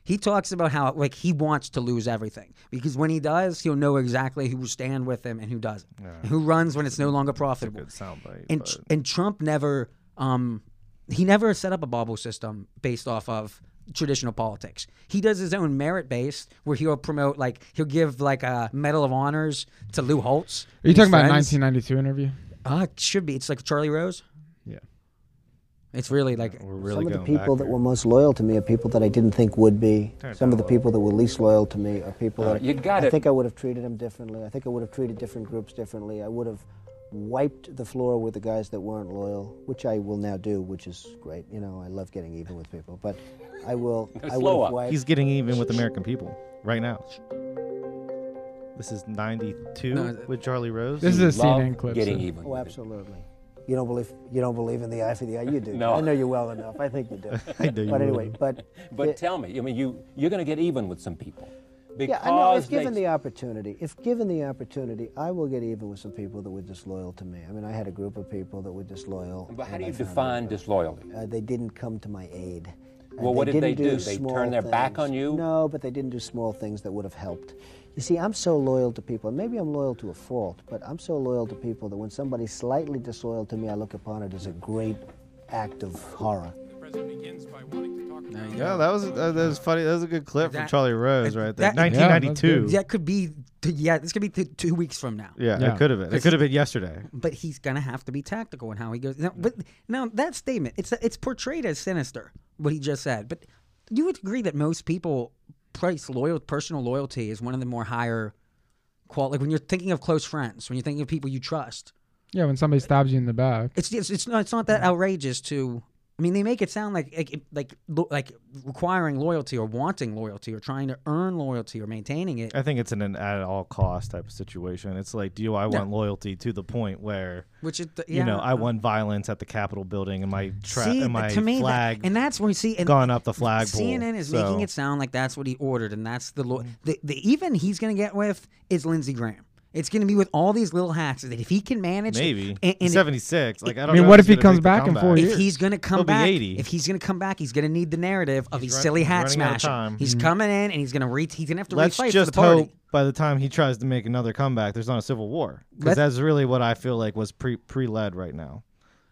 He talks about how like he wants to lose everything because when he does, he'll know exactly who will stand with him and who doesn't, and who runs when it's no longer profitable. Good soundbite. and but- tr and Trump never, um, he never set up a bobble system based off of traditional politics. He does his own merit based, where he'll promote like he'll give like a Medal of Honors to Lou Holtz. Are you and his talking about friends. 1992 interview? Uh, it should be. It's like Charlie Rose. Yeah. It's really like We're really Some of the going back people that there. were most loyal to me are people that I didn't think would be. Some of the people that were least loyal to me are people that you got I it. think I would have treated them differently. I think I would have treated different groups differently. I would have wiped the floor with the guys that weren't loyal, which I will now do, which is great. You know, I love getting even with people, but I [LAUGHS] will. I slow would up. have wiped. He's getting even with American people right now. This is 92 with Charlie Rose. This is a Love CNN clip. getting so- even. Oh, absolutely. You don't believe you don't believe in the eye for the eye. You do. No. I know you well enough. I think you do. [LAUGHS] I know you but anyway, wouldn't. but But it- tell me, I mean, you you're going to get even with some people because Yeah, I know. If they- given the opportunity, if given the opportunity, I will get even with some people that were disloyal to me. I mean, I had a group of people that were disloyal. But how and do I you found define out that, disloyalty? Uh, they didn't come to my aid. Uh, Well, what did they didn't do? They small turned their back things. on you? No, but they didn't do small things that would have helped. You see, I'm so loyal to people, and maybe I'm loyal to a fault, but I'm so loyal to people that when somebody's slightly disloyal to me, I look upon it as a great act of horror. yeah, that was uh, that was funny. That was a good clip from That- Charlie Rose right there. that- Yeah, that's good. 1992. that could be t- yeah, this could be t- two weeks from now. Yeah, Yeah. it could have been. It could have been yesterday. But he's gonna have to be tactical in how he goes. Now, but now that statement, it's it's portrayed as sinister what he just said. But you would agree that most people price loyal personal loyalty is one of the more higher qual. Like when you're thinking of close friends, when you're thinking of people you trust, Yeah, when somebody stabs you in the back. it's it's it's not, it's not that outrageous to I mean, they make it sound like like it- like lo- like requiring loyalty or wanting loyalty or trying to earn loyalty or maintaining it. I think it's an, an at all cost type of situation. It's like, do I want loyalty to the point where Which it, yeah, you know I won violence at the Capitol building and my tra- see and my to me that- flag and that's where you see and gone up the flagpole. CNN is making So- Mm. it sound like that's what he ordered, and that's the lo- the, the even he's going to get with is Lindsey Graham. It's going to be with all these little hats that if he can manage, to- maybe and, and if, seventy six. Like I don't. mean, know what he's if he gonna comes make the back in comeback. four if year. he's going to come He'll be back, 80. if he's going to come back, he's going to need the narrative of his run- silly he's hat running out of smashing. time. Mm-hmm. He's coming in and he's going to re- he's going to have to Let's refight for the just party. hope by the time he tries to make another comeback, there's not a civil war because Let- that's really what I feel like was pre pre led right now.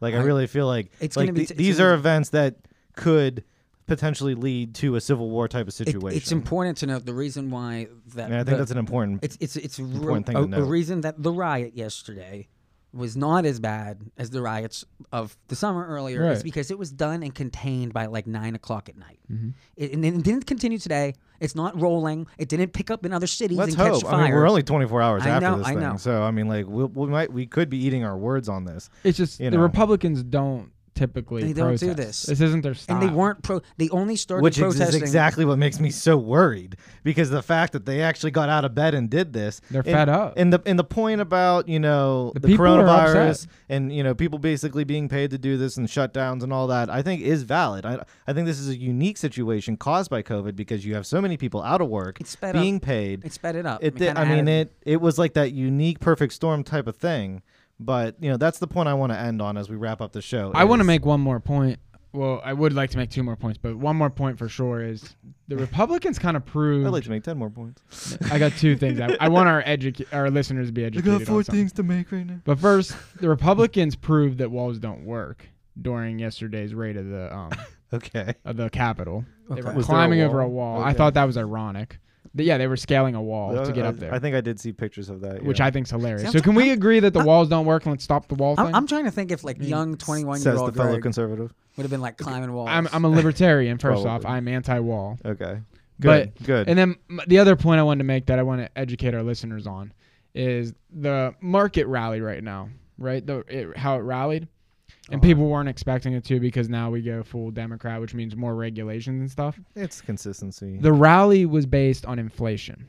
Like I, really feel like It's like gonna be the- t- it's these gonna are be- events that could potentially lead to a civil war type of It- situation. it's important to note the reason why that. And I think the- that's an important. it's it's it's a real- important thing a, to a note. reason that the riot yesterday was not as bad as the riots of the summer earlier is Right. because it was done and contained by like nine o'clock at night, Mm-hmm. it, and it didn't continue today. It's not rolling. It didn't pick up in other cities Let's and hope. catch fire. I mean, we're only 24 hours I after know, this I thing, know. so I mean, like we, we might we could be eating our words on this. It's just You the know. Republicans don't typically. They don't do this. protest. This isn't their style. and they weren't pro. They only started which is- is protesting. exactly what makes me so worried because the fact that they actually got out of bed and did this They're and, fed up. and the and the point about you know The the, people are coronavirus upset. and you know people basically being paid to do this and shutdowns and all that i think is valid i, I think this is a unique situation caused by covid because you have so many people out of work It's sped up. being paid It sped it up. it It did, kinda i mean added- it it was like that unique perfect storm type of thing but you know that's the point i want to end on as we wrap up the show I want to is- make one more point. Well, I would like to make two more points, but one more point for sure is the Republicans kind of proved. i'd like to make 10 more points [LAUGHS] I got two things. I, I want our educa- our listeners to be educated. on something. to make right now But first, the Republicans proved that walls don't work during yesterday's raid of the um, okay of the Capitol. They were Was there a climbing over a wall? wall. I Okay. thought that was ironic. But yeah, they were scaling a wall to get I, up there, Uh, I think I did see pictures of that. which yeah. I think's hilarious. See, so I'm- can we I'm- agree that the walls don't work and let's stop the wall I'm, thing? I'm trying to think if like young 21 year Mm-hmm. says the old fellow Greg conservative. would have been like climbing walls. I'm, I'm a libertarian. First off, Probably. I'm anti-wall. Okay, good, But- good. And then m- the other point I wanted to make that I want to educate our listeners on is the market rally right now, right? The it, how it rallied, Uh-huh. and people weren't expecting it to because now we go full Democrat, which means more regulations and stuff. it's consistency. The rally was based on inflation.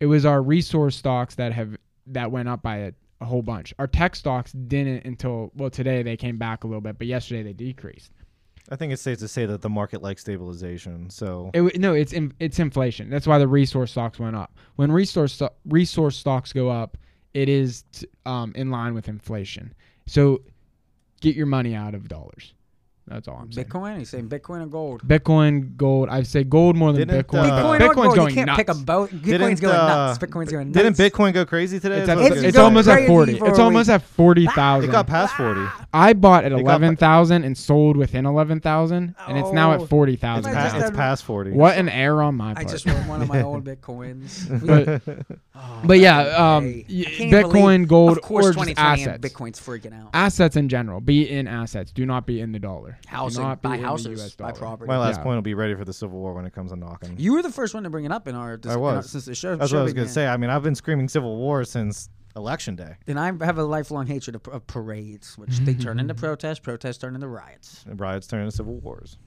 It was our resource stocks that have that went up by a, a whole bunch. Our tech stocks didn't until well today they came back a little bit, but yesterday they decreased. I think it's safe to say that the market likes stabilization. So It, w- no, it's in, it's inflation. That's why the resource stocks went up. When resource sto- resource stocks go up, it is t- um, in line with inflation. So get your money out of dollars. That's all I'm saying. Bitcoin. He's saying Bitcoin and gold. Bitcoin, gold. I say gold more than Didn't, Bitcoin. uh, Bitcoin Bitcoin's or gold, going you can't nuts. pick them both. Didn't, Bitcoin's going nuts. uh, Bitcoin's going nuts. Didn't Bitcoin go crazy today? It's, That's at, what I was it's, gonna it's say. going almost at crazy forty. for It's a almost week. at forty It thousand. got past forty. Ah, I bought at got eleven thousand and sold within eleven thousand, and it's now Oh. at forty It's, thousand. I pa- just it's had- past forty. What an error on my I part. just wrote one of my [LAUGHS] old bitcoins. We- but, oh, but yeah, um, hey. y- I can't even Bitcoin, believe- gold, of course, or just 2020 assets. Bitcoin's freaking out. assets in general. Be in assets. Do not be in the dollar. Do Housing, not be buy in the US houses, buy dollar. property. My last Yeah. point will be ready for the civil war when it comes to knocking. you were the first one to bring it up in our dis- I in was. our- since the show. That's show what I was gonna began. say. I mean, I've been screaming civil war since election day. And I have a lifelong hatred of, of parades, which they turn [LAUGHS] into protests, protests turn into riots. And riots turn into civil wars.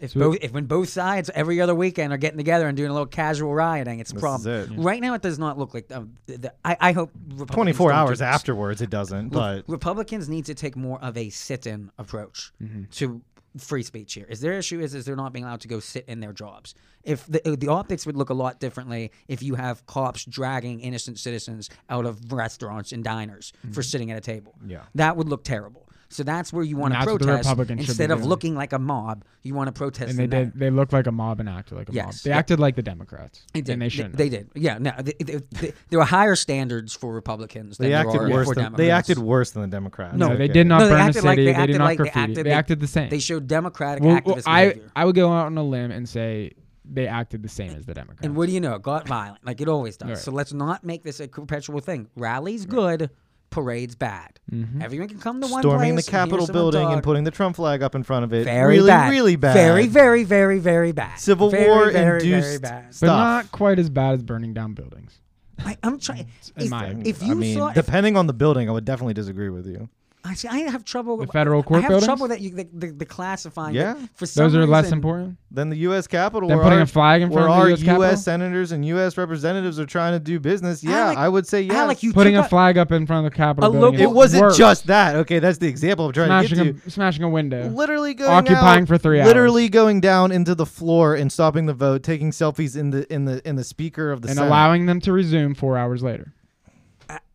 If both, if when both sides every other weekend are getting together and doing a little casual rioting, it's a This problem. is it. Right now, it does not look like. Um, the, the, I, I hope Republicans Twenty-four don't do hours this. afterwards, it doesn't. But Republicans need to take more of a sit-in approach Mm-hmm. to free speech here. Is their issue is is they're not being allowed to go sit in their jobs. If the uh, the optics would look a lot differently if you have cops dragging innocent citizens out of restaurants and diners Mm-hmm. for sitting at a table. Yeah. That would look terrible. So that's where you want to that's what the protest Republicans should be instead of doing. looking like a mob. You want to protest. And they in that. did. They looked like a mob and acted like a mob. Yes. They Yeah. acted like the Democrats. They did. And they shouldn't. They, did. Yeah. No. They, they, they- there are higher standards for Republicans than they there acted are worse for than Democrats. they acted worse than the Democrats. no, Okay. they did not No, they burn a acted city. like- they they, acted did not like they graffiti. acted- They, they- acted the same. They showed democratic well, activist well, I behavior. I would go out on a limb and say they acted the same as the Democrats. And what do you know? It got violent, like it always does. Right. So let's not make this a perpetual thing. Rallies good, parades bad. Mm-hmm. Everyone can come to one place. storming the and hear Capitol someone building talk. and putting the Trump flag up in front of it. very really, bad, really bad. very, very, very, very bad. Civil Very, War very, induced Very bad. but stuff. not quite as bad as burning down buildings. I, I'm trying. In If, my if I you mean, saw, if, depending on the building, I would definitely disagree with you. I see. I have trouble. The federal court I have buildings? trouble that you the, the, the classifying. Yeah. but for some Those are less reason- important. Then the U.S. Capitol, Then where putting our, a flag in where front of the US our Capitol? senators and U.S. representatives are trying to do business. Yeah, Alec- I would say yes. Alec, you Putting took a up- flag up in front of the Capitol A building. local- it wasn't works. just that. Okay, that's the example I'm trying smashing to a, get to. smashing a window. Literally going Occupying out- for three Literally going down into the floor and stopping the vote, taking selfies in the in the in the speaker of the and Senate allowing them to resume four hours later.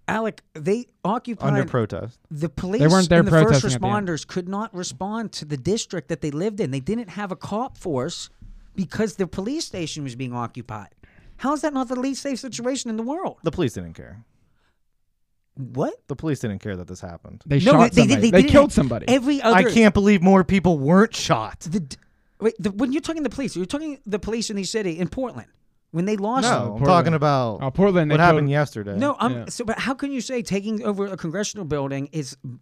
Alec, they occupied under protest. the police weren't there and the first protesting at the end. responders could not respond to the district that they lived in. They didn't have a cop force because the police station was being occupied. How is that not the least safe situation in the world? The police didn't care. What? The police didn't care that this happened. They shot they, somebody. They, didn't. killed somebody. Every other. I can't believe more people weren't shot. Oh, The, d- wait, the, when you're talking the police, you're talking the police in the city in Portland when they lost. No, I'm Portland. talking about Oh, Portland, they What happened told- yesterday? No, I'm Yeah. so. But how can you say taking over a congressional building is m-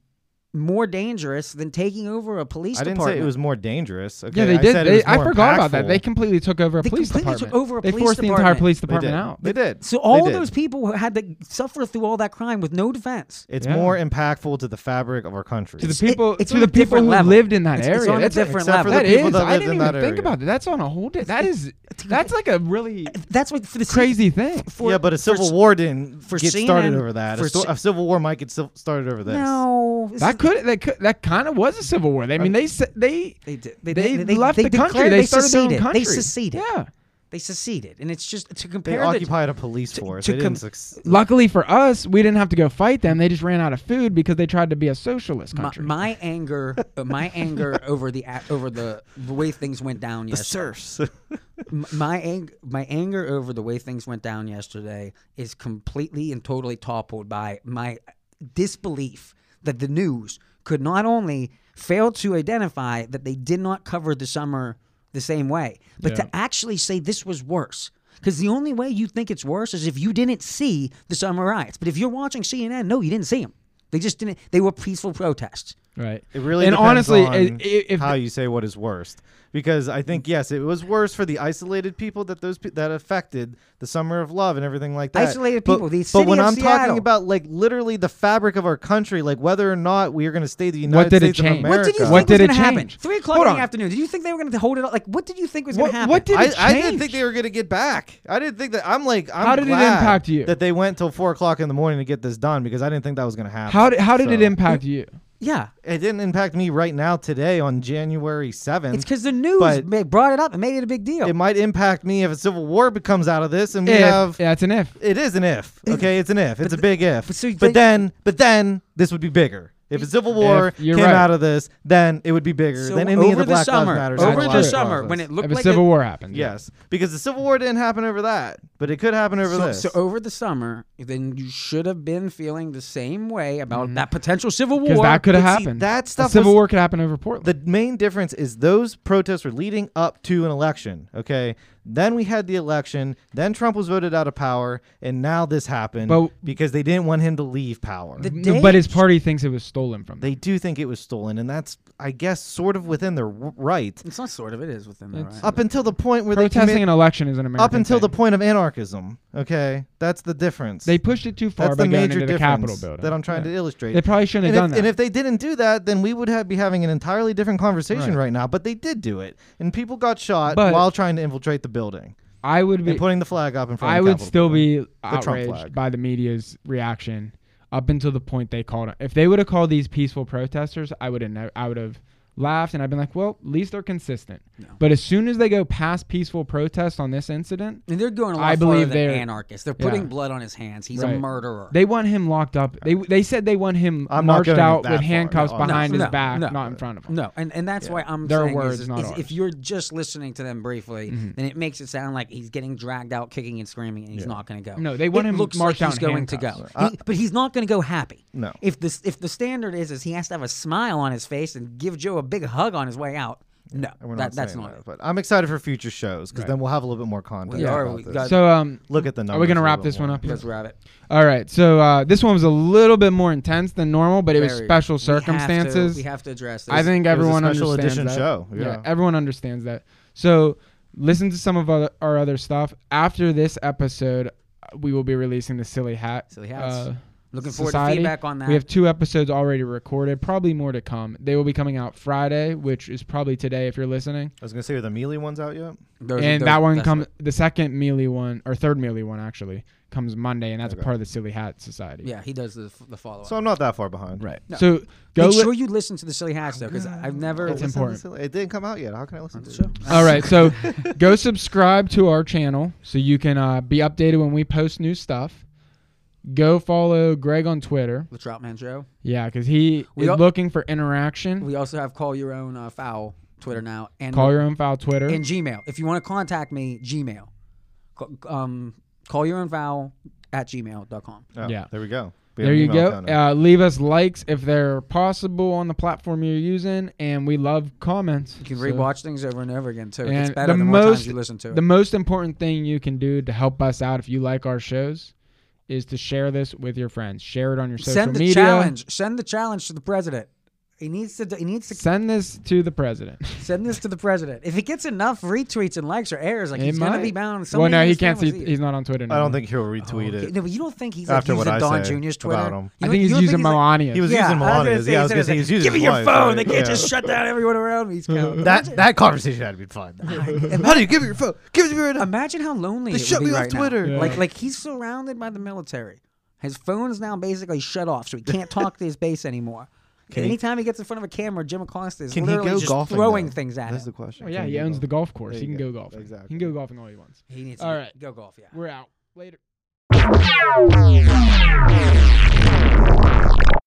more dangerous than taking over a police I didn't department? say it was more dangerous. Okay, yeah, they I did. said it They- was I more forgot about that. impactful. They completely took over a They police completely department. took over a they police forced the entire department. police They department did. out. They did. So They all did. those people who had to suffer through all that crime with no defense. It's Yeah. more impactful to the fabric of our country. to the it- people it's to on the a people different who level. lived in that It's- area. it's on a That's different Except for level. the that people is- that I lived didn't in even that think area. about that. That's on a whole. Di- that is. That's like a really That's what for the crazy thing. for- yeah, but a for civil s- war didn't for get started CNN over that. for A, sto- s- a civil war might get sil- started over this. No, this That is- could. That could. That kind of was a civil war. I mean, they s- they They did- they- they, they- they- left they the country. declared They they started their own seceded. country. They seceded. Yeah. they seceded, and it's just to They compare. the- occupied a police force. to they com- didn't suc- Luckily for us, we didn't have to go fight them. They just ran out of food because they tried to be a socialist my, country. my anger, uh, my anger over the a- over the, the way things went down yesterday. serfs. [LAUGHS] M- my ang- my anger over the way things went down yesterday is completely and totally toppled by my disbelief that the news could not only fail to identify that they did not cover the summer the same way, but to actually say this was worse. Because the only way you think it's worse is if you didn't see the summer riots. But if you're watching CNN, no, you didn't see them. They just didn't. They were peaceful protests. right. It really and depends honestly, on i- i- if how you say what is worst, because I think yes, it was worse for the isolated people that those pe- that affected the summer of love and everything like that. Isolated But- people, the but city when of I'm Seattle. talking about like literally the fabric of our country, like whether or not we are going to stay the United What did it States of change? America. What did you What think did was it going to happen? change? Three o'clock Hold in the on. afternoon. Did you think they were going to hold it? up? Like, what did you think was going what, to happen? what did I, it I didn't think change? they were going to get back. I didn't think that. I'm like, I'm How did it glad impact you? That they went till four o'clock in the morning to get this done because I didn't think that was going to happen. How did how did it So, impact you? Yeah, It didn't impact me right now today on January seventh. It's because the news But- ma- brought it up and made it a big deal. it might impact me if a civil war becomes out of this and we If- have that's an if. it is an if okay it's an if it's a big if but but, so you think- then but then this would be bigger if a civil war you're came right. out of this then it would be bigger So than any over of the the black summer- lives matter over the summer, when it looked- If a like civil it- war happened. yes because the civil war didn't happen over that but it could happen over so, this so over the summer, then you should have been feeling the same way about Mm-hmm. that potential civil war. Because that could have but see, happened. that A stuff civil was- war could happen over Portland. the main difference is those protests were leading up to an election okay then we had the election then trump was voted out of power and now this happened But- because they didn't want him to leave power The No, but his days- party thinks it was stolen from. them. they do think it was stolen, and that's, I guess, sort of within their w- right. It's not sort of. It is within the right. Up until the point where Mm-hmm. Protesting they commit, an election is an American. up until the thing. point of anarchism. Okay, that's the difference. they pushed it too far that's by the going major into the difference Capitol building that I'm trying Yeah. to illustrate. They probably shouldn't and have if, done And that. if they didn't do that, then we would have, be having an entirely different conversation right, now. But they did do it, and people got shot But- while trying to infiltrate the building I would be. and putting the flag up in front. I of the would Capitol still building. be Trump outraged flag. by the media's reaction up until the point they called it. If they would have called these peaceful protesters, I would have. ne- I would have laughed and I've been like, well, at least they're consistent. But as soon as they go past peaceful protest on this incident, And they're going a lot I farther believe than they're- anarchists. They're putting yeah. blood on his hands. He's a Right. murderer. They want him locked up. They they said they want him I'm not marched going out that with far, handcuffs no, behind no, his no, back, no. not in front of him. no, and, and that's why I'm Their saying is- words, is, not is ours. Mm-hmm. if you're just listening to them briefly, then it makes it sound like he's getting dragged out, kicking and screaming, and he's not going to go. No, they want It him looks marched like out He's in going to go, handcuffs. Uh, He- but he's not going to go happy. No. If this if the standard is is he has to have a smile on his face and give Joe a big hug on his way out. No, And we're that, that's saying not. that, it. but I'm excited for future shows because then we'll have a little bit more content. Yeah. about We this. got- So um, Look at the are we gonna numbers a wrap little this one more. up? here? Let's wrap it. All right. So uh, this one was a little bit more intense than normal, but it was Very- special we have to- circumstances. We have to, address this. I think was a everyone special understands edition that. show, yeah. everyone understands that. So listen to some of our, our other stuff after this episode. uh, We will be releasing the silly hat. Silly hats. Looking forward Society. to feedback on that. We have two episodes already recorded, probably more to come. They will be coming out Friday, which is probably today if you're listening. I was gonna say, are the Mealy ones out yet? Those are- and those- that one that's comes what- the second mealy one or third mealy one actually comes Monday, and that's Okay. part of the Silly Hat Society. Yeah, he does the, f- the follow up. So I'm not that far behind. Right. So go. Make li- Oh, sure you listen to the Silly Hats though, because I've never. It's Listen to important. Silly- It didn't come out yet. How can I listen to Sure. it? All right, so [LAUGHS] go subscribe to our channel so you can uh, be updated when we post new stuff. Go follow Greg on Twitter. The Troutman Show. Yeah, because he We is al- looking for interaction. We also have Call Your Own uh, Foul Twitter now, and Call your own foul Twitter. and Gmail. If you want to contact me, Gmail. Ca- Um, call your own foul at gmail.com. Oh, Yeah. There we go. We there have an you email go. account now. Uh, leave us likes if they're possible on the platform you're using, and we love commenents. You can So- rewatch things over and over again too. It's And better the than more times most- you listen to it. The most important thing you can do to help us out if you like our shows is to share this with your friends. Share it on your social Send the media. challenge. Send the challenge to the president. He needs to. He needs to Send this to the president. [LAUGHS] send this to the president. If it gets enough retweets and likes or airs, like It he's gonna might. be bound. well, somebody no, in he his can't. family's See, eat. he's not on Twitter. I Anymore. don't think he'll retweet Okay, it. No, but you don't think he's like After what using I Don said Junior's Twitter? about him. You I don't- think you he's don't like- using Melania. He was I using was gonna Melania's. say- Yeah, I was he gonna said say he's like, using Give me your Melania's, phone. right, They can't yeah. just shut down everyone around [LAUGHS] me. He's kind of- That that conversation had to be [LAUGHS] fun. How do you give me your phone? Give it to me right now. Imagine how lonely They it would shut be me off right now. Twitter. Yeah. Like, like he's surrounded by the military. His phone's now basically shut off, so he can't talk to his base [LAUGHS] anymore. Can he- Anytime he, gets in front of a camera, Jim Acosta is Can he literally go just golfing? throwing though? things at That's the him. question. Oh, yeah, Can he owns go the golf course. There He you can go, go. golfing. He Exactly. can go golfing all he wants. He needs All to right. go golf. Yeah. We're out. Later. Wow.